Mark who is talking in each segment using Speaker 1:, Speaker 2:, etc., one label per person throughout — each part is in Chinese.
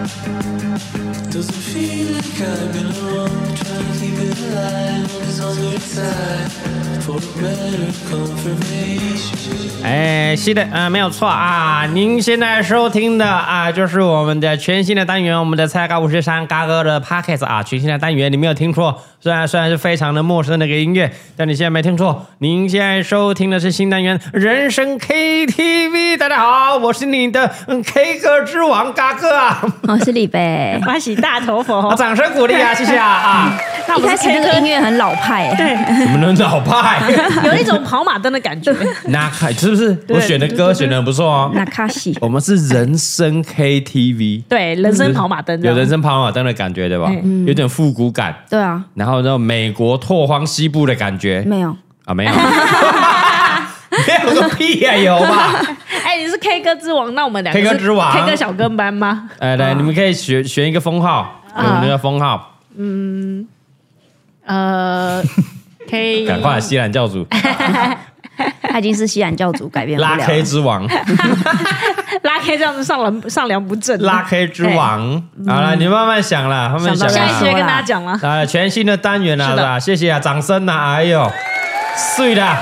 Speaker 1: alive. Doesn't feel like I belong. Trying to keep it alive on this other side for a better confirmation.
Speaker 2: 哎，是的，啊、没有错啊。您现在收听的啊，就是我们的全新的单元，我们的蔡嘎五十三嘎哥的 Pockets 啊，全新的单元，你没有听错。虽然虽然是非常的陌生的一个音乐，但你现在没听错，您现在收听的是新单元人生 KTV。大家好，我是你的嗯 K 歌之王嘎哥啊，
Speaker 3: 我哦是李贝。
Speaker 4: 欢喜大头佛
Speaker 2: 啊，掌声鼓励啊，谢谢 啊啊，
Speaker 4: 那
Speaker 3: 一
Speaker 4: 不
Speaker 3: 开
Speaker 4: 是
Speaker 3: 始那个
Speaker 4: K
Speaker 3: 音乐很老派、欸，
Speaker 4: 对，
Speaker 2: 你们的老 派，
Speaker 4: 有一种跑马灯的感觉。
Speaker 2: 那看是不是？我选的歌选的很不错哦。
Speaker 3: 那卡西
Speaker 2: 我们是人生 KTV。
Speaker 4: 对，人生跑马灯这
Speaker 2: 有
Speaker 4: 样，嗯
Speaker 2: 人生跑马灯的感觉，对吧？有点复古感，
Speaker 3: 对啊，
Speaker 2: 然后那种美国拓荒西部的感觉
Speaker 3: 没有，
Speaker 2: 啊， 没有，没有个屁呀、有 吧？
Speaker 4: 哎，你是 K 歌之王，那我们两个
Speaker 2: K 歌
Speaker 4: 是
Speaker 2: 之王
Speaker 4: K 歌小跟班吗？
Speaker 2: 哎，来，你们可以选选一个封号，
Speaker 4: 啊
Speaker 2: 我们的封号，
Speaker 4: 呃，K
Speaker 2: 赶快，西兰教主
Speaker 4: 哎
Speaker 3: 他已经是西兰教主，改变不
Speaker 2: 拉
Speaker 3: 了
Speaker 2: K 之 王，
Speaker 4: 拉 K 这样子上梁上梁不正，
Speaker 2: 拉 K 之王，好了，你慢慢想啦，慢慢
Speaker 4: 嗯想到
Speaker 2: 想
Speaker 3: 啦
Speaker 4: 下一期
Speaker 2: 啦
Speaker 4: 会跟大家讲了。
Speaker 2: 啊，全新的单元啊，
Speaker 4: 是
Speaker 2: 是
Speaker 4: 的
Speaker 2: 吧？谢谢啊，掌声啊，哎呦，碎啦！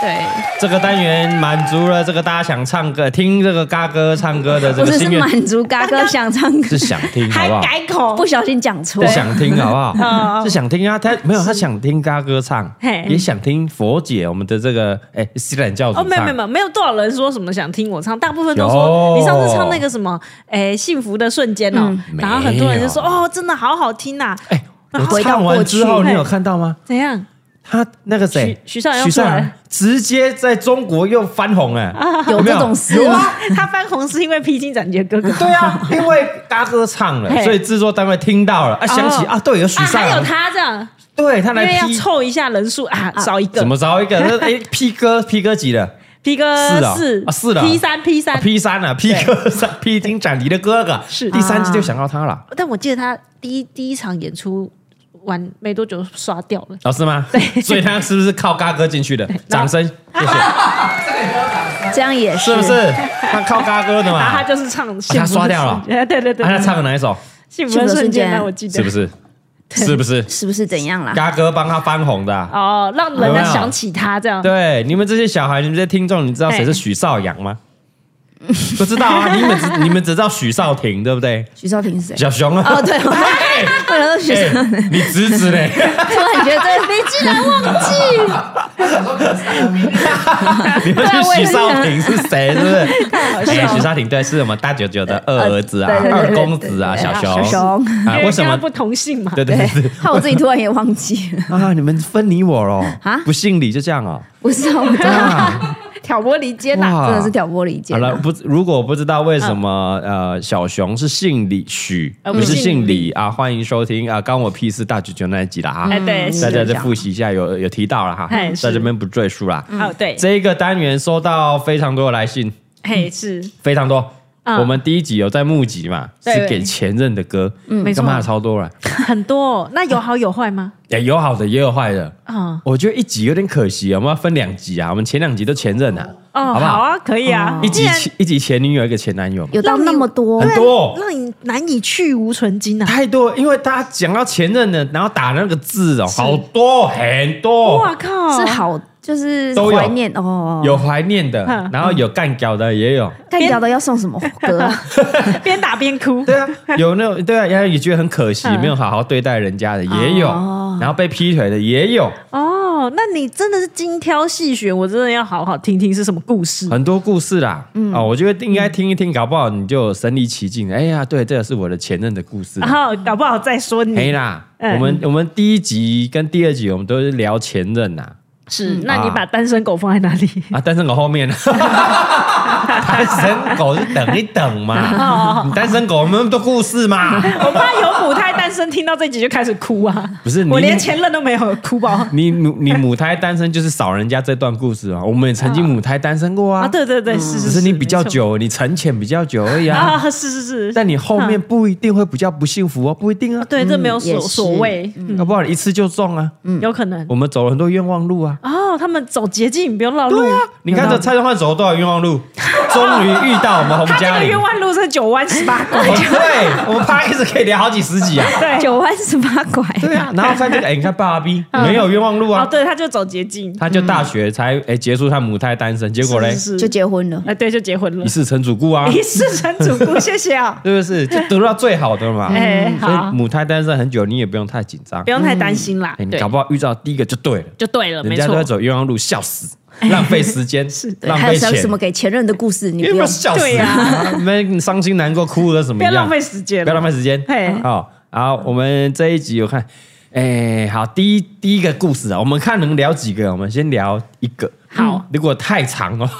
Speaker 4: 对，
Speaker 2: 这个单元满足了这个大家想唱歌、听这个嘎哥唱歌的这
Speaker 3: 不
Speaker 2: 个
Speaker 3: 是是
Speaker 2: 心愿，
Speaker 3: 满足 嘎哥想唱歌，
Speaker 2: 是想听，好
Speaker 4: 还
Speaker 2: 不好？
Speaker 4: 改口
Speaker 3: 不，小心讲错
Speaker 2: 是，想 听，好不好？
Speaker 4: 嗯
Speaker 2: 是想听啊，他没有，他想听嘎哥唱
Speaker 4: 嘿，
Speaker 2: 也想听佛姐我们的这个哎西兰教主
Speaker 4: 哦，
Speaker 2: 唱。
Speaker 4: 没有没有没有，没有多少人说什么想听我唱，大部分都
Speaker 2: 有
Speaker 4: 说你上次唱那个什么，哎，幸福的瞬间哦，然后很多人就说
Speaker 2: 没有
Speaker 4: 哦，真的好好听呐，
Speaker 2: 哎，
Speaker 4: 然后
Speaker 2: 我唱完之后，
Speaker 4: 啊回到过去
Speaker 2: 你有看到吗？
Speaker 4: 怎样？
Speaker 2: 他那个谁，
Speaker 4: 徐徐少阳
Speaker 2: 徐少
Speaker 4: 出
Speaker 2: 阳
Speaker 4: 来啊
Speaker 2: 直接在中国又翻红哎，
Speaker 3: 有
Speaker 2: 没
Speaker 3: 这
Speaker 2: 有
Speaker 3: 种事
Speaker 2: 有
Speaker 3: 吗？
Speaker 2: 啊
Speaker 4: 他翻红是因为《披荆斩棘的哥哥》
Speaker 2: 对啊，因为嘎哥唱了，
Speaker 4: 嘿
Speaker 2: 所以制作单位听到了啊，想起
Speaker 4: 哦
Speaker 2: 啊，对，有许
Speaker 4: 啊，
Speaker 2: 尚
Speaker 4: 还有
Speaker 2: 阳，
Speaker 4: 他这样，
Speaker 2: 对他
Speaker 4: 因为
Speaker 2: 来
Speaker 4: 要
Speaker 2: 批，
Speaker 4: 凑一下人数啊，少一个。
Speaker 2: 怎么着一个？那哎，P 哥，P 哥几 了？
Speaker 4: P
Speaker 2: 是
Speaker 4: 哥
Speaker 2: 啊
Speaker 4: 四
Speaker 2: 啊是的
Speaker 4: P 三 P 三。
Speaker 2: P 三啊，P 哥三，披荆斩棘的哥哥
Speaker 4: 是啊
Speaker 2: 第三季就想到他了，
Speaker 4: 但我记得他第一第一场演出完没多久刷掉了。
Speaker 2: 老师吗？对，所以他是不是靠嘎哥进去的？掌声，谢谢，
Speaker 3: 这样也
Speaker 2: 是不是？他靠嘎哥的
Speaker 4: 然后
Speaker 3: 啊
Speaker 2: 嘛
Speaker 4: 他？就是唱幸福的
Speaker 2: 啊他刷掉了
Speaker 4: 瞬间对对对，
Speaker 2: 啊他唱了哪一首？
Speaker 4: 幸福的瞬间，那我记得
Speaker 2: 是不是？是不是？
Speaker 3: 是不是怎样啦？
Speaker 2: 嘎哥帮他翻红的啊。
Speaker 4: 哦，让人
Speaker 2: 有没
Speaker 4: 家
Speaker 2: 有
Speaker 4: 想起他这样。
Speaker 2: 对，你们这些小孩，你们这些听众，你知道谁是
Speaker 4: 嘿
Speaker 2: 许绍洋吗？不知道 啊，你们只你们只知道许绍廷，对不对？
Speaker 3: 徐少平是谁？
Speaker 2: 小熊啊，
Speaker 3: 哦，对，我
Speaker 2: 嘿
Speaker 3: 我想说徐少，
Speaker 2: 哎你侄子 嘞？
Speaker 3: 突然觉得你竟然忘记，
Speaker 2: 你们
Speaker 3: 对
Speaker 2: 是
Speaker 3: 我
Speaker 2: 许
Speaker 3: 也是
Speaker 2: 绍廷是谁？是不是？
Speaker 3: 好
Speaker 2: 哎，
Speaker 3: 笑
Speaker 2: 许绍廷对，是我们大九九的二儿子啊，
Speaker 3: 呃对对对
Speaker 2: 二
Speaker 3: 对
Speaker 2: 公子啊，
Speaker 3: 对
Speaker 2: 小
Speaker 3: 对
Speaker 2: 熊。
Speaker 3: 小熊
Speaker 2: 啊，
Speaker 4: 因
Speaker 2: 为
Speaker 4: 为
Speaker 2: 什
Speaker 4: 跟
Speaker 2: 么
Speaker 4: 他？不同姓嘛。
Speaker 2: 对对对对
Speaker 3: 害我自己突然也忘记 了，
Speaker 2: 啊！你们分你我喽
Speaker 3: 啊
Speaker 2: 不姓李就这样哦。
Speaker 3: 不是我真的
Speaker 2: 啊，
Speaker 4: 挑拨离间呐。
Speaker 2: 哇
Speaker 3: 真的是挑拨离 间
Speaker 2: 好
Speaker 3: 啊，
Speaker 2: 了，不，如果不知道为什么呃小熊是姓李许，
Speaker 4: 嗯呃
Speaker 2: 不
Speaker 4: 不
Speaker 2: 是
Speaker 4: 姓
Speaker 2: 姓李
Speaker 4: 李
Speaker 2: 啊，欢迎收听啊，干我屁事大九九那一集了啊。
Speaker 4: 哎，
Speaker 3: 嗯
Speaker 4: 对，
Speaker 2: 大
Speaker 4: 是
Speaker 2: 家再复习一下，有有提到了哈，
Speaker 4: 哎是
Speaker 2: 在这边不赘述啦。
Speaker 4: 哦，对，
Speaker 2: 这个单元收到非常多的来信，
Speaker 4: 嘿是，
Speaker 2: 非常多。
Speaker 4: 嗯
Speaker 2: 我们第一集有在募集嘛，
Speaker 4: 对嗯
Speaker 2: 是给前任的歌，他
Speaker 4: 没错
Speaker 2: 妈的超多了，
Speaker 4: 很多。那有好有坏吗？
Speaker 2: 也有好的也有坏的。
Speaker 4: 啊
Speaker 2: 我觉得一集有点可惜，我们要分两集啊，我们前两集都前任啊，
Speaker 4: 哦，
Speaker 2: 好不
Speaker 4: 好
Speaker 2: 好？
Speaker 4: 啊，可以啊。
Speaker 2: 一集
Speaker 4: 既然
Speaker 2: 一集前女友，一个前男友嘛，
Speaker 3: 有到那么多
Speaker 2: 很多
Speaker 4: 让你难以去无存菁啊！
Speaker 2: 太多了，因为大家讲到前任的，然后打那个字哦，好多很
Speaker 4: 哇
Speaker 2: 多，
Speaker 4: 靠，
Speaker 3: 是好，就是
Speaker 2: 都有
Speaker 3: 怀念哦，
Speaker 2: 有怀念的
Speaker 4: 嗯，
Speaker 2: 然后有干掉的也 有，
Speaker 3: 干掉的要送什么歌啊？
Speaker 4: 边打边哭。
Speaker 2: 对啊，有那种对啊，然后也觉得很可惜，
Speaker 4: 嗯
Speaker 2: 没有好好对待人家的也有
Speaker 3: 哦，
Speaker 2: 然后被劈腿的也有，
Speaker 4: 哦，那你真的是精挑细选，我真的要好好听听是什么故事。
Speaker 2: 很多故事啦，啊，我觉得应该听一听，搞不好你就身临其境。哎呀，对，这个是我的前任的哎故事
Speaker 4: 然。后搞不好再说
Speaker 2: 嘿
Speaker 4: 你
Speaker 2: 啦，
Speaker 4: 嗯
Speaker 2: 我们我们第一集跟第二集我们都是聊前任呐，
Speaker 4: 是，那你
Speaker 2: 啊
Speaker 4: 把单身狗放在哪里？
Speaker 2: 啊，单身狗后 面，单身狗是等一等嘛，你单身狗我们都故事嘛，
Speaker 4: 我怕有母胎单身听到这集就开始哭啊！
Speaker 2: 不是你啊
Speaker 4: 我连前任都没有，哭吧？
Speaker 2: 你母你母胎单身就是少人家这段故事啊，我们也曾经母胎单身过
Speaker 4: 啊，
Speaker 2: 啊，
Speaker 4: 对对对，是
Speaker 2: 只
Speaker 4: 是
Speaker 2: 是你比较
Speaker 4: 没错
Speaker 2: 久，你沉潜比较久而已啊，
Speaker 4: 啊，是是是，
Speaker 2: 但你后面不一定会比较不幸福哦，不一定啊，
Speaker 4: 对这没有
Speaker 3: 也
Speaker 4: 所
Speaker 3: 是
Speaker 4: 所谓，
Speaker 2: 搞不好你一次就中啊。
Speaker 4: 有可能
Speaker 2: 我们走了很多冤枉路啊。嗯啊
Speaker 4: 哦，他们走捷径，不用绕路。
Speaker 2: 你看这蔡宗焕走了多少冤枉路，终于遇到我们洪
Speaker 4: 他这
Speaker 2: 嘉
Speaker 4: 个
Speaker 2: 玲
Speaker 4: 冤。枉路是九弯十八拐，
Speaker 2: 对，啊我们 p 一直可以聊好几十集啊。
Speaker 4: 对，
Speaker 3: 九弯十八拐，
Speaker 2: 对啊，然后发现 哎，你看爸爸 B 没有冤枉路
Speaker 4: 哦
Speaker 2: 啊，
Speaker 4: 对，他就走捷径，
Speaker 2: 他就大学才哎结束他母胎单身，结果嘞
Speaker 4: 是是，
Speaker 3: 就是结婚了。
Speaker 4: 哎对，就结婚了
Speaker 2: 一，世成主顾 啊，
Speaker 4: 一世成主顾，谢谢啊，
Speaker 2: 是不是？就得到最好的嘛。嗯
Speaker 4: 哎
Speaker 2: 所以
Speaker 4: 好，
Speaker 2: 母胎单身很久，你也不用太紧张
Speaker 4: 不，用太担心啦
Speaker 2: 哎，你
Speaker 4: 对
Speaker 2: 搞，不好遇到第一个就对了。
Speaker 4: 就对了，
Speaker 2: 人
Speaker 4: 没
Speaker 2: 家都
Speaker 4: 错
Speaker 2: 在，走冤枉路，笑死，浪费时 间，
Speaker 3: 对
Speaker 2: 浪
Speaker 3: 还
Speaker 2: 费
Speaker 3: 有什
Speaker 2: 钱
Speaker 3: 什，么给前任的故事，你
Speaker 2: 你
Speaker 3: 不
Speaker 2: 有没
Speaker 3: 用
Speaker 2: 有。笑死？
Speaker 4: 对呀
Speaker 2: 啊，没伤心难过哭的什么
Speaker 4: 不要
Speaker 2: 样？
Speaker 4: 浪费时间，
Speaker 2: 不要浪费时间。
Speaker 4: 嘿
Speaker 2: 好，好，我们这一集我看，哎，好，第一第一个故事啊，我们看能聊几个，我们先聊一个。
Speaker 4: 好，
Speaker 2: 如果太长了，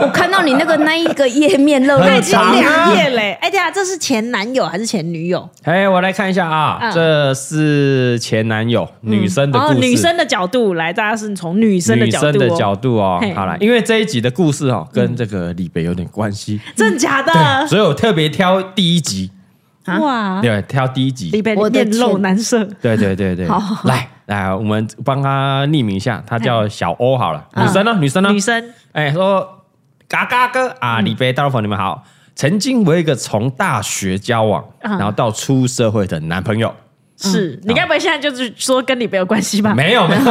Speaker 3: 我看到你那个那一个页面漏
Speaker 2: 很
Speaker 3: 了
Speaker 4: 已经
Speaker 2: 长啊
Speaker 4: 两页嘞， 哎，对啊，这是前男友还是前女友？
Speaker 2: 哎，我来看一下啊，
Speaker 4: 嗯
Speaker 2: 这是前男友女生的
Speaker 4: 哦，
Speaker 2: 故事，
Speaker 4: 女生的角度来，大家是从女生的
Speaker 2: 女
Speaker 4: 角度、哦，
Speaker 2: 生的角度哦
Speaker 4: 嘿。
Speaker 2: 好了，因为这一集的故事哦，跟这个李北有点关系，
Speaker 4: 真假的？
Speaker 2: 对，所以我特别挑第一集，
Speaker 3: 啊
Speaker 4: 哇，
Speaker 2: 对，挑第一集。
Speaker 4: 里边
Speaker 3: 我的
Speaker 4: 面露
Speaker 3: 天
Speaker 4: 难色，
Speaker 2: 对对对对，
Speaker 3: 好
Speaker 2: 来来，我们帮他匿名一下，他叫小欧好了，女生呢？女生呢？
Speaker 4: 女生
Speaker 2: 哎，说嘎嘎哥啊，
Speaker 4: 嗯
Speaker 2: 李贝大老粉，你们好。曾经我有一个从大学交往，
Speaker 4: 嗯
Speaker 2: 然后到出社会的男朋友，
Speaker 4: 是、你该不会现在就是说跟你没有关系吧？
Speaker 2: 嗯没有 没有，你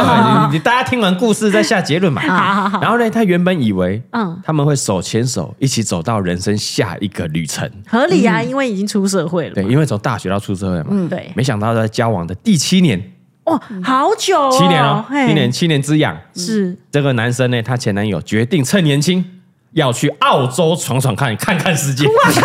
Speaker 2: 你大家听完故事再下结论嘛。
Speaker 4: 好好好
Speaker 2: 然后呢，他原本以为，嗯
Speaker 4: 嗯，
Speaker 2: 他们会手牵手一起走到人生下一个旅程，
Speaker 4: 合理啊，因为已经出社会了
Speaker 2: 对，
Speaker 4: 嘛。
Speaker 2: 因为从大学到出社会嘛，
Speaker 4: 嗯对，
Speaker 2: 没想到在交往的第七年，
Speaker 4: 哇、好久、哦，
Speaker 2: 七年哦，
Speaker 4: 嘿
Speaker 2: 七年七年之痒，
Speaker 4: 是
Speaker 2: 这个男生呢，他前男友决定趁年轻要去澳洲闯闯看，看看世界。
Speaker 4: 是黎梅的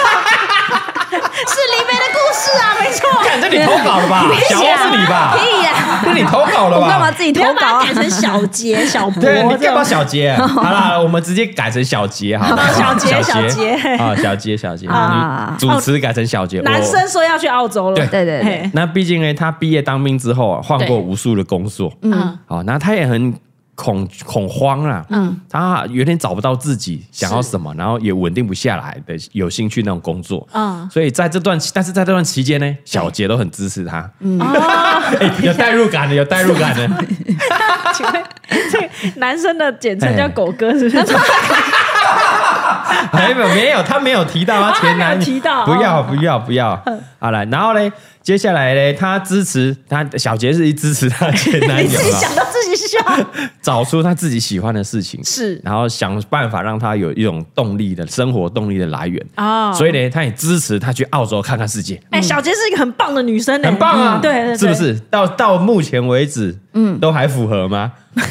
Speaker 4: 故事 啊，没错。
Speaker 2: 看这你投稿了吧？ 小欧是你吧？
Speaker 3: 屁呀！
Speaker 2: 这你投稿了
Speaker 3: 我干嘛
Speaker 2: 吧？
Speaker 3: 自己
Speaker 4: 你
Speaker 3: 投
Speaker 4: 要
Speaker 3: 稿
Speaker 4: 把它
Speaker 3: 啊
Speaker 4: 改？成小杰、小博
Speaker 2: 对，你
Speaker 4: 这
Speaker 2: 干嘛
Speaker 4: 样，
Speaker 2: 小 杰？好啦，我们直接改成小杰好了
Speaker 4: 好小杰小杰
Speaker 2: 啊，小杰小杰
Speaker 3: 啊
Speaker 2: 你主持改成小杰。
Speaker 4: 男
Speaker 2: 我
Speaker 4: 生说要去澳洲了，
Speaker 2: 对
Speaker 3: 对对对，
Speaker 4: 嘿，
Speaker 2: 那毕竟呢，他毕业当兵之后啊，换过
Speaker 4: 对
Speaker 2: 无数的工作，
Speaker 4: 嗯，
Speaker 2: 好，那他也很恐恐慌啦，嗯，他有点找不到自己想要什么，然后也稳定不下来的有兴趣那种工作，
Speaker 4: 嗯
Speaker 2: 所以在这段，但是在这段期间呢，小杰都很支持他， 嗯，有代入感的，有代入感 的，
Speaker 4: 请问这个男生的简称叫
Speaker 2: 哎
Speaker 4: 狗哥是不是？
Speaker 2: 没有没有，他没有提到 他前男
Speaker 4: 他没有提到
Speaker 2: 不要
Speaker 4: 哦
Speaker 2: 不要不要，好了，然后呢，接下来呢，他支持他小杰是支持他前男
Speaker 4: 你
Speaker 2: 友
Speaker 4: 自己
Speaker 2: 啊，
Speaker 4: 想到自己笑，
Speaker 2: 找出他自己喜欢的事情，
Speaker 4: 是
Speaker 2: 然后想办法让他有一种动力的生活动力的来源
Speaker 4: 哦
Speaker 2: 所以呢，他也支持他去澳洲看看世界，
Speaker 4: 哎、小杰是一个很棒的女生、欸，
Speaker 2: 很棒啊，
Speaker 4: 嗯对对对，
Speaker 2: 是不？是？到到目前为止，嗯，都还符合吗？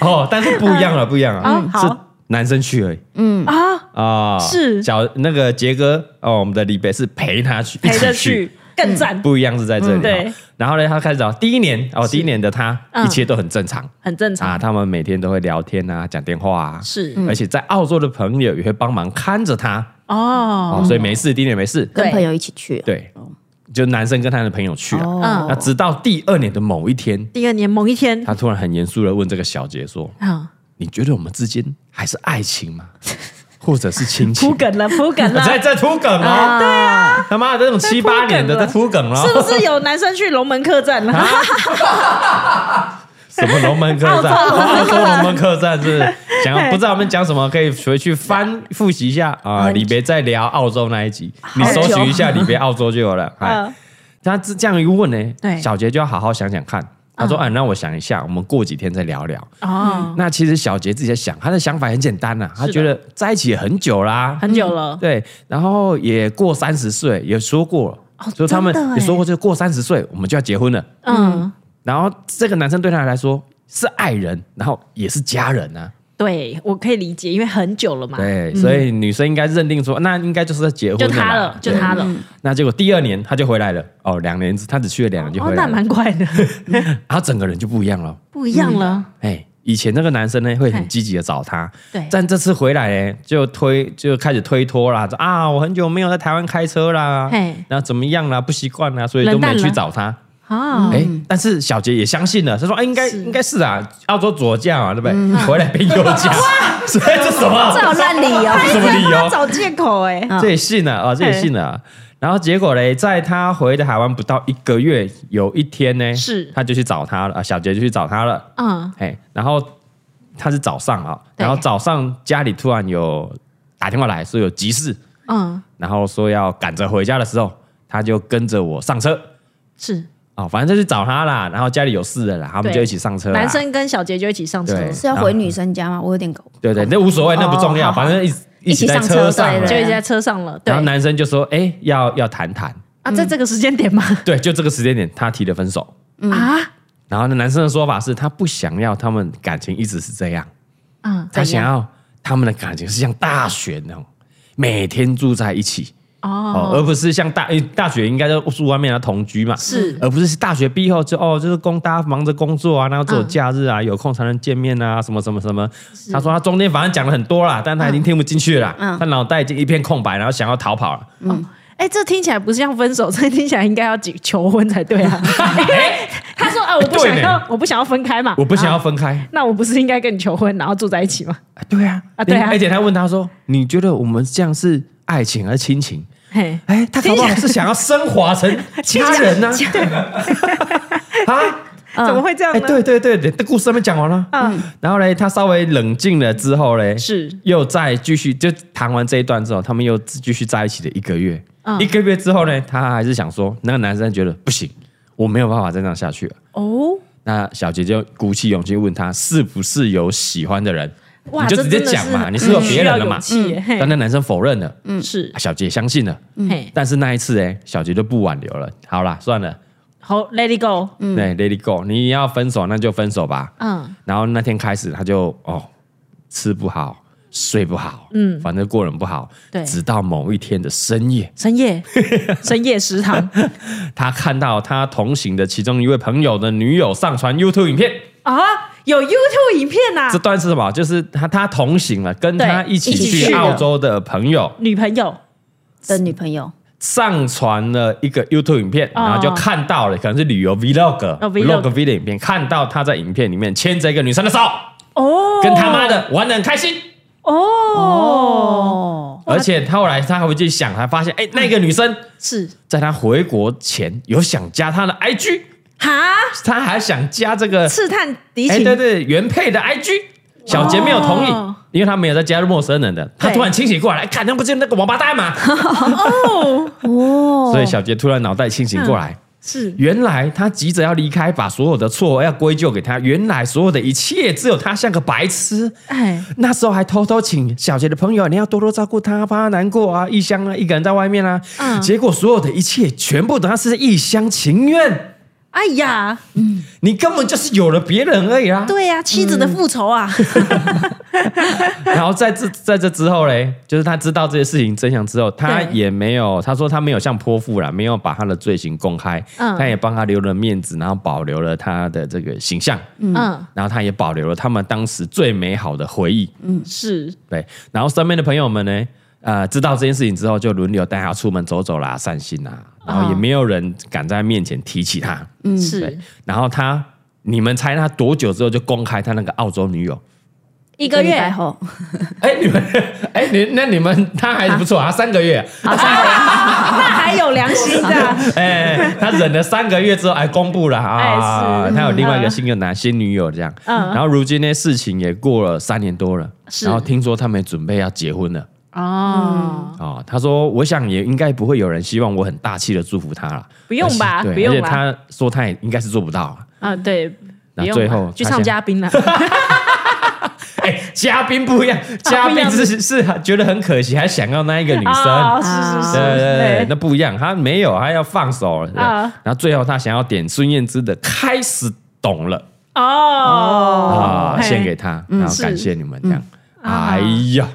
Speaker 2: 哦，但是不一样了，不一样了，
Speaker 4: 嗯
Speaker 2: 是
Speaker 4: 好
Speaker 2: 男生去而已
Speaker 4: 啊，
Speaker 2: 啊、
Speaker 4: 是
Speaker 2: 小那个杰哥哦，我们的李北是陪他去，
Speaker 4: 陪着
Speaker 2: 一起去。
Speaker 4: 去更赞，
Speaker 2: 不一样是在这里、哦
Speaker 4: 嗯对
Speaker 2: 然后呢，他开始找第一年哦，第一年的他、
Speaker 4: 嗯
Speaker 2: 一切都很正常，
Speaker 4: 很正常。
Speaker 2: 啊，他们每天都会聊天啊，讲电话啊，
Speaker 4: 是
Speaker 2: 而且在澳洲的朋友也会帮忙看着他
Speaker 4: 哦，
Speaker 2: 哦，所以没事，第一年没事，
Speaker 3: 跟朋友一起去。啊
Speaker 2: 对，就男生跟他的朋友去啊。
Speaker 3: 哦
Speaker 2: 那直到第二年的某一天，
Speaker 4: 第二年某一天
Speaker 2: 他突然很严肃的问这个小杰说
Speaker 4: 啊，：“
Speaker 2: 你觉得我们之间还是爱情吗？或者是亲
Speaker 4: 铺
Speaker 2: 情
Speaker 4: 梗了，铺梗？” 了，
Speaker 2: 在在秃梗哦，对啊，他妈的这种七八年的在
Speaker 4: 在
Speaker 2: 秃
Speaker 4: 铺
Speaker 2: 梗
Speaker 4: 是不
Speaker 2: 哦，
Speaker 4: 是有男生去龙门客栈了？
Speaker 2: 什么龙门客 栈，
Speaker 4: 澳洲龙
Speaker 2: 澳洲龙门客栈 是不是想要不知道我们讲什么，可以回去翻复习一下
Speaker 4: 嗯
Speaker 2: 啊。李别再聊澳洲那一集，你搜寻一下李别澳洲就有了。哎，
Speaker 4: 嗯，
Speaker 2: 他这这样一问呢，
Speaker 4: 对嗯
Speaker 2: 小杰就要好好想想看。他说：“哎，那我想一下，我们过几天再聊聊。
Speaker 4: 哦，
Speaker 2: 那其实小杰自己在想，他的想法很简单呐、啊他
Speaker 4: 的
Speaker 2: 觉得在一起也很久啦，
Speaker 4: 很久了，
Speaker 2: 对，然后也过三十岁，也说过了，
Speaker 4: 哦
Speaker 2: 所以他们
Speaker 3: 真的欸
Speaker 2: 也说过，就过三十岁我们就要结婚了。
Speaker 4: 嗯，
Speaker 2: 然后这个男生对他来说是爱人，然后也是家人啊，
Speaker 4: 对我可以理解，因为很久了嘛，哦
Speaker 2: 对，所以女生应该认定说，那应该就是在结婚
Speaker 4: 嗯就
Speaker 2: 啦
Speaker 4: 他了，就
Speaker 2: 对
Speaker 4: 他了，
Speaker 2: 那结果第二年他就回来了，哦，两年他只去了两年就
Speaker 4: 哦
Speaker 2: 回，来
Speaker 4: 那
Speaker 2: 了，
Speaker 4: 蛮快 的，
Speaker 2: 然后整个人就不一样了。
Speaker 4: 不一样了，
Speaker 2: 哎，以前那个男生呢会很
Speaker 4: 嘿
Speaker 2: 积极的找她，
Speaker 4: 对
Speaker 2: 但这次回来呢就推就开始推脱啦，说啊我很久没有在台湾开车啦
Speaker 4: 嘿，
Speaker 2: 然后怎么样啦，不习惯啦，所以都
Speaker 4: 冷
Speaker 2: 没
Speaker 4: 淡
Speaker 2: 去
Speaker 4: 了
Speaker 2: 找她。
Speaker 4: 啊，
Speaker 2: 哎，但是小杰也相信了，他说哎应该应该是啊，澳洲左驾嘛，对不对？回来变右驾， 所以这什
Speaker 3: 这
Speaker 2: 么
Speaker 3: 有烂理由。
Speaker 2: 什 么理由？
Speaker 4: 找借口 哎，
Speaker 3: 啊
Speaker 2: 这也信了啊，这也信了啊。然后结果嘞，在他回的台湾不到一个月，有一天呢，
Speaker 4: 是
Speaker 2: 他就去找他了，啊小杰就去找他了。
Speaker 4: 嗯，
Speaker 2: 哎，然后他是早上啊，
Speaker 3: 对
Speaker 2: 然后早上家里突然有打电话来说有急事，
Speaker 4: 嗯，
Speaker 2: 然后说要赶着回家的时候，他就跟着我上车
Speaker 4: 是
Speaker 2: 啊、哦，反正就去找他啦。然后家里有事了啦，他们
Speaker 4: 对
Speaker 2: 就一起上车啦。
Speaker 4: 男生跟小杰就一起上车，
Speaker 2: 对
Speaker 3: 是要回女生家吗？我有点搞，
Speaker 2: 对对，那无所谓，那不重要，
Speaker 3: 哦好好
Speaker 2: 反正一一
Speaker 3: 一起
Speaker 2: 在
Speaker 3: 上
Speaker 2: 车
Speaker 3: 车
Speaker 2: 上
Speaker 3: 对
Speaker 2: 了
Speaker 3: 对
Speaker 4: 就一直在车上了。对
Speaker 2: 然后男生嗯就说：“哎，要要谈谈。
Speaker 4: 啊，在这个时间点吗？”
Speaker 2: 对，就这个时间点，他提了分手。
Speaker 4: 啊，
Speaker 2: 然后呢，男生的说法是他不想要他们感情一直是这样，
Speaker 4: 嗯，
Speaker 2: 他
Speaker 3: 怎样
Speaker 2: 想要他们的感情是像大学那种，每天住在一起哦，
Speaker 4: 哦，
Speaker 2: 而不是像大因为大学应该都住外面要同居嘛，
Speaker 4: 是
Speaker 2: 而不是大学毕业后就哦，就是工大家忙着工作啊，然后只有
Speaker 4: 嗯
Speaker 2: 假日啊，有空才能见面啊，什么什么什么。他说他中间反正讲了很多啦，但
Speaker 4: 嗯
Speaker 2: 他已经听不进去了啦，他脑袋已经一片空白，然后想要逃跑了。
Speaker 4: 哎，这听起来不是像分手，这听起来应该要求求婚才对 啊。他说啊，我不
Speaker 2: 对
Speaker 4: 想
Speaker 2: 呢
Speaker 4: 要，我不想要分开嘛，
Speaker 2: 我不想要
Speaker 4: 啊，
Speaker 2: 分开，
Speaker 4: 那我不是应该跟你求婚，然后住在一起吗？
Speaker 2: 啊对啊，
Speaker 4: 啊对啊
Speaker 2: 而且他问他说：“你觉得我们这样是爱情还是亲情？”
Speaker 4: 嘿，
Speaker 2: 哎，他搞不好是想要升华成其他人呢、 啊？
Speaker 4: 怎么会这样
Speaker 2: 哎，
Speaker 4: 呢？
Speaker 2: 对对对对，这故事还没讲完了。嗯，然后嘞，他稍微冷静了之后嘞，
Speaker 4: 是
Speaker 2: 又再继续就谈完这一段之后，他们又继续在一起了一个月。
Speaker 4: 嗯
Speaker 2: 一个月之后呢，他还是想说，那个男生觉得不行，我没有办法再这样下去了。
Speaker 4: 哦，
Speaker 2: 那小杰就鼓起勇气问他，是不是有喜欢的人？
Speaker 4: 哇，
Speaker 2: 你就
Speaker 4: 这
Speaker 2: 直接
Speaker 4: 真的
Speaker 2: 讲嘛，
Speaker 4: 是
Speaker 2: 你是有别人了嘛嗯
Speaker 4: 很？需要勇气耶
Speaker 2: 但那男生否认了，
Speaker 4: 嘿，是，
Speaker 2: 小杰相信了。
Speaker 4: 嘿，
Speaker 2: 但是那一次，哎，小杰就不挽留了。好啦，算了，
Speaker 4: 好，Let it go，
Speaker 2: 对，Let it go，你要分手那就分手吧。
Speaker 4: 嗯，
Speaker 2: 然后那天开始，他就哦，吃不好，睡不好，嗯，反正过得很不好。
Speaker 4: 对
Speaker 2: 直到某一天的深夜，
Speaker 4: 深 夜，深夜食堂
Speaker 2: 他看到他同行的其中一位朋友的女友上传 YouTube 影片。
Speaker 4: 啊，有 YouTube 影片啊呐
Speaker 2: 这，段是什么？就是他他同行了，跟他
Speaker 4: 对
Speaker 2: 一起
Speaker 3: 一起
Speaker 2: 去
Speaker 3: 去的
Speaker 2: 澳洲的朋友
Speaker 4: 女朋友
Speaker 3: 的女朋友
Speaker 2: 上传了一个 YouTube 影片，
Speaker 4: 哦
Speaker 2: 然后就看到了，可能是旅游 Vlog、
Speaker 4: 哦
Speaker 2: Vlog
Speaker 4: vlog
Speaker 2: V 的影片，看到他在影片里面牵着一个女生的手，
Speaker 4: 哦，
Speaker 2: 跟他妈的玩的很开心。
Speaker 4: 哦，
Speaker 3: 哦，
Speaker 2: 而且他后来他还会去想，还发现哎、那个女生
Speaker 4: 嗯是
Speaker 2: 在他回国前有想加他的 IG，
Speaker 4: 哈，
Speaker 2: 他还想加这个
Speaker 4: 刺探敌
Speaker 2: 哎、
Speaker 4: 情，
Speaker 2: 对对原配的 IG。小杰没有同意，
Speaker 4: 哦
Speaker 2: 因为他没有在加入陌生人的，他
Speaker 4: 对
Speaker 2: 突然清醒过来，看那不就是那个王八蛋吗？
Speaker 4: 哦，嗯
Speaker 2: 所以小杰突然脑袋清醒过来，
Speaker 4: 是
Speaker 2: 原来他急着要离开，把所有的错要归咎给他，原来所有的一切只有他像个白痴。
Speaker 4: 哎，
Speaker 2: 那时候还偷偷请小杰的朋友，你要多多照顾他，怕他难过啊，异乡啊，一个人在外面啊。
Speaker 4: 嗯
Speaker 2: 结果所有的一切全部都是一厢情愿，
Speaker 4: 哎呀，
Speaker 2: 你根本就是有了别人而已啊啦、
Speaker 4: 对呀，妻子的复仇啊，
Speaker 2: 然后在这在这之后嘞，就是他知道这些事情真相之后，他
Speaker 4: 对
Speaker 2: 也没有他说他没有像泼妇啦，没有把他的罪行公开，
Speaker 4: 嗯
Speaker 2: 他也帮他留了面子，然后保留了他的这个形象，
Speaker 4: 嗯，
Speaker 2: 然后他也保留了他们当时最美好的回忆。
Speaker 4: 是
Speaker 2: 对，然后身边的朋友们呢，呃，知道这件事情之后，就轮流带他出门走走啦、散心啦，然后也没有人敢在他面前提起他。对
Speaker 4: 哦是，
Speaker 2: 然后他，你们猜他多久之后就公开他那个澳洲女友？
Speaker 4: 一个
Speaker 3: 礼
Speaker 4: 月
Speaker 3: 拜后，
Speaker 2: 哎，你们， 哎，你那你们他还不错啊，三个月，
Speaker 4: 那还有良心的，
Speaker 2: 哎，他忍了三个月之后，哎，公布了啊
Speaker 4: 哎，是
Speaker 2: 他有另外一个新的男新女友这样。
Speaker 4: 嗯
Speaker 2: 然后如今呢，事情也过了三年多了，
Speaker 4: 是
Speaker 2: 然后听说他们也准备要结婚了。
Speaker 4: 哦，
Speaker 2: 哦，他说：“我想也应该不会有人希望我很大气的祝福他了，
Speaker 4: 不用吧
Speaker 2: 而且对，
Speaker 4: 不用
Speaker 2: 而且
Speaker 4: 吧
Speaker 2: 他说他也应该是做不到了。
Speaker 4: 啊，对，
Speaker 2: 那
Speaker 4: 不用
Speaker 2: 最
Speaker 4: 了
Speaker 2: 后
Speaker 4: 去
Speaker 2: 他
Speaker 4: 唱
Speaker 2: 先
Speaker 4: 嘉宾了，
Speaker 2: 哎，嘉宾不
Speaker 4: 啊
Speaker 2: 一样，嘉宾是是是觉得很可惜，还想要那一个女生
Speaker 4: 哦，。是是
Speaker 2: 对
Speaker 4: 是，
Speaker 2: 对对对，那不一样，他没有，他要放手了。对
Speaker 4: 啊
Speaker 2: 然后最后他想要点孙燕姿的《开始懂了》啊，
Speaker 4: 哦嘿嗯
Speaker 2: 献给他，然后感谢你们这样。哎呀，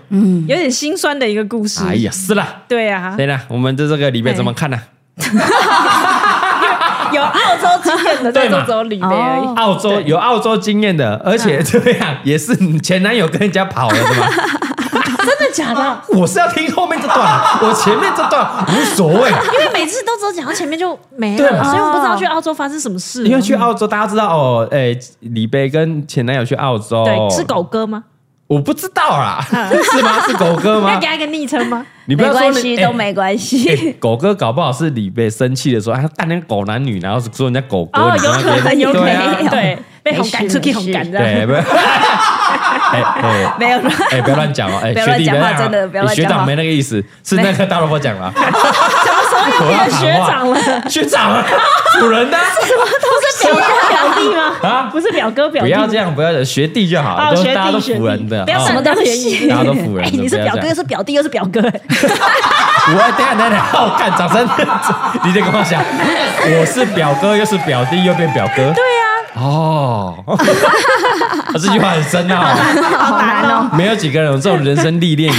Speaker 4: 有点心酸的一个故事，
Speaker 2: 哎呀，是啦，
Speaker 4: 对啊，
Speaker 2: 对啦，我们的这个里面怎么看呢？
Speaker 4: 有澳洲经验的
Speaker 2: 对
Speaker 4: 在
Speaker 2: 嘛
Speaker 4: 这走里面而已
Speaker 3: 哦，
Speaker 2: 澳洲
Speaker 4: 对嗯
Speaker 2: 有澳洲经验的，而且这样也是你前男友跟人家跑了的嘛？
Speaker 4: 真的假的？
Speaker 2: 我是要听后面这段，啊我前面这段无所谓，
Speaker 4: 因为每次都只有讲到前面就没
Speaker 2: 对嘛
Speaker 4: 了，所以我不知道去澳洲发生什么事。
Speaker 2: 因为去澳洲大家知道哦，哎，李贝跟前男友去澳洲，
Speaker 4: 对是狗，嗯哥吗？
Speaker 2: 我不知道啦， 是吗？是狗哥
Speaker 4: 要
Speaker 2: 吗
Speaker 4: 给？他一个昵称吗？
Speaker 2: 你不
Speaker 3: 没
Speaker 2: 要说
Speaker 3: 关
Speaker 2: 你
Speaker 3: 系，
Speaker 2: 哎
Speaker 3: 都没关
Speaker 2: 哎
Speaker 3: 系。
Speaker 2: 狗哥搞不好是李贝生气的时候，哎，他干那个狗男女，然后说人家狗哥，
Speaker 4: 哦，
Speaker 2: 你知
Speaker 4: 有
Speaker 2: 道吗
Speaker 4: 可能，有可
Speaker 2: 对啊
Speaker 4: 能，对，被
Speaker 3: 没
Speaker 4: 红
Speaker 3: 事
Speaker 2: 啊
Speaker 4: 赶出去，
Speaker 3: 没事
Speaker 4: 红赶这
Speaker 2: 对，
Speaker 4: 样。
Speaker 2: 不 哎哎
Speaker 3: 没有啦，
Speaker 2: 哎，不要乱讲哦，哎，
Speaker 3: 不要
Speaker 2: 学
Speaker 3: 乱
Speaker 2: 弟
Speaker 3: 讲话
Speaker 2: 啊
Speaker 3: 真的不要
Speaker 2: 你
Speaker 3: 乱
Speaker 2: 学
Speaker 3: 讲
Speaker 2: 长
Speaker 3: 话
Speaker 2: 没那个意思，是那个大萝卜讲了，我要
Speaker 4: 变学长了，
Speaker 2: 学长啊，主人的啊
Speaker 4: 是表哥表弟 吗？
Speaker 2: 啊，
Speaker 4: 不是表哥 表
Speaker 2: 不
Speaker 4: 弟吗，
Speaker 2: 要这样，不要这样学弟就好，
Speaker 4: 哦，
Speaker 2: 都
Speaker 4: 学弟
Speaker 2: 大家都
Speaker 4: 学弟
Speaker 2: 辅人的，
Speaker 4: 不要
Speaker 2: 哦
Speaker 4: 什么都便宜。
Speaker 2: 大家都辅人
Speaker 4: 哎，
Speaker 2: 的，
Speaker 4: 你是
Speaker 2: 不要
Speaker 4: 表
Speaker 2: 这
Speaker 4: 哥
Speaker 2: 样
Speaker 4: 又是表弟又是表 哥，哎
Speaker 2: 我等一下等一下，我干掌声， 你得跟我讲，我是表哥，又是表弟，又变表哥。对呀、哦， 这句话很深奥、
Speaker 3: 好难哦。
Speaker 2: 没有几个人有这种人生历练，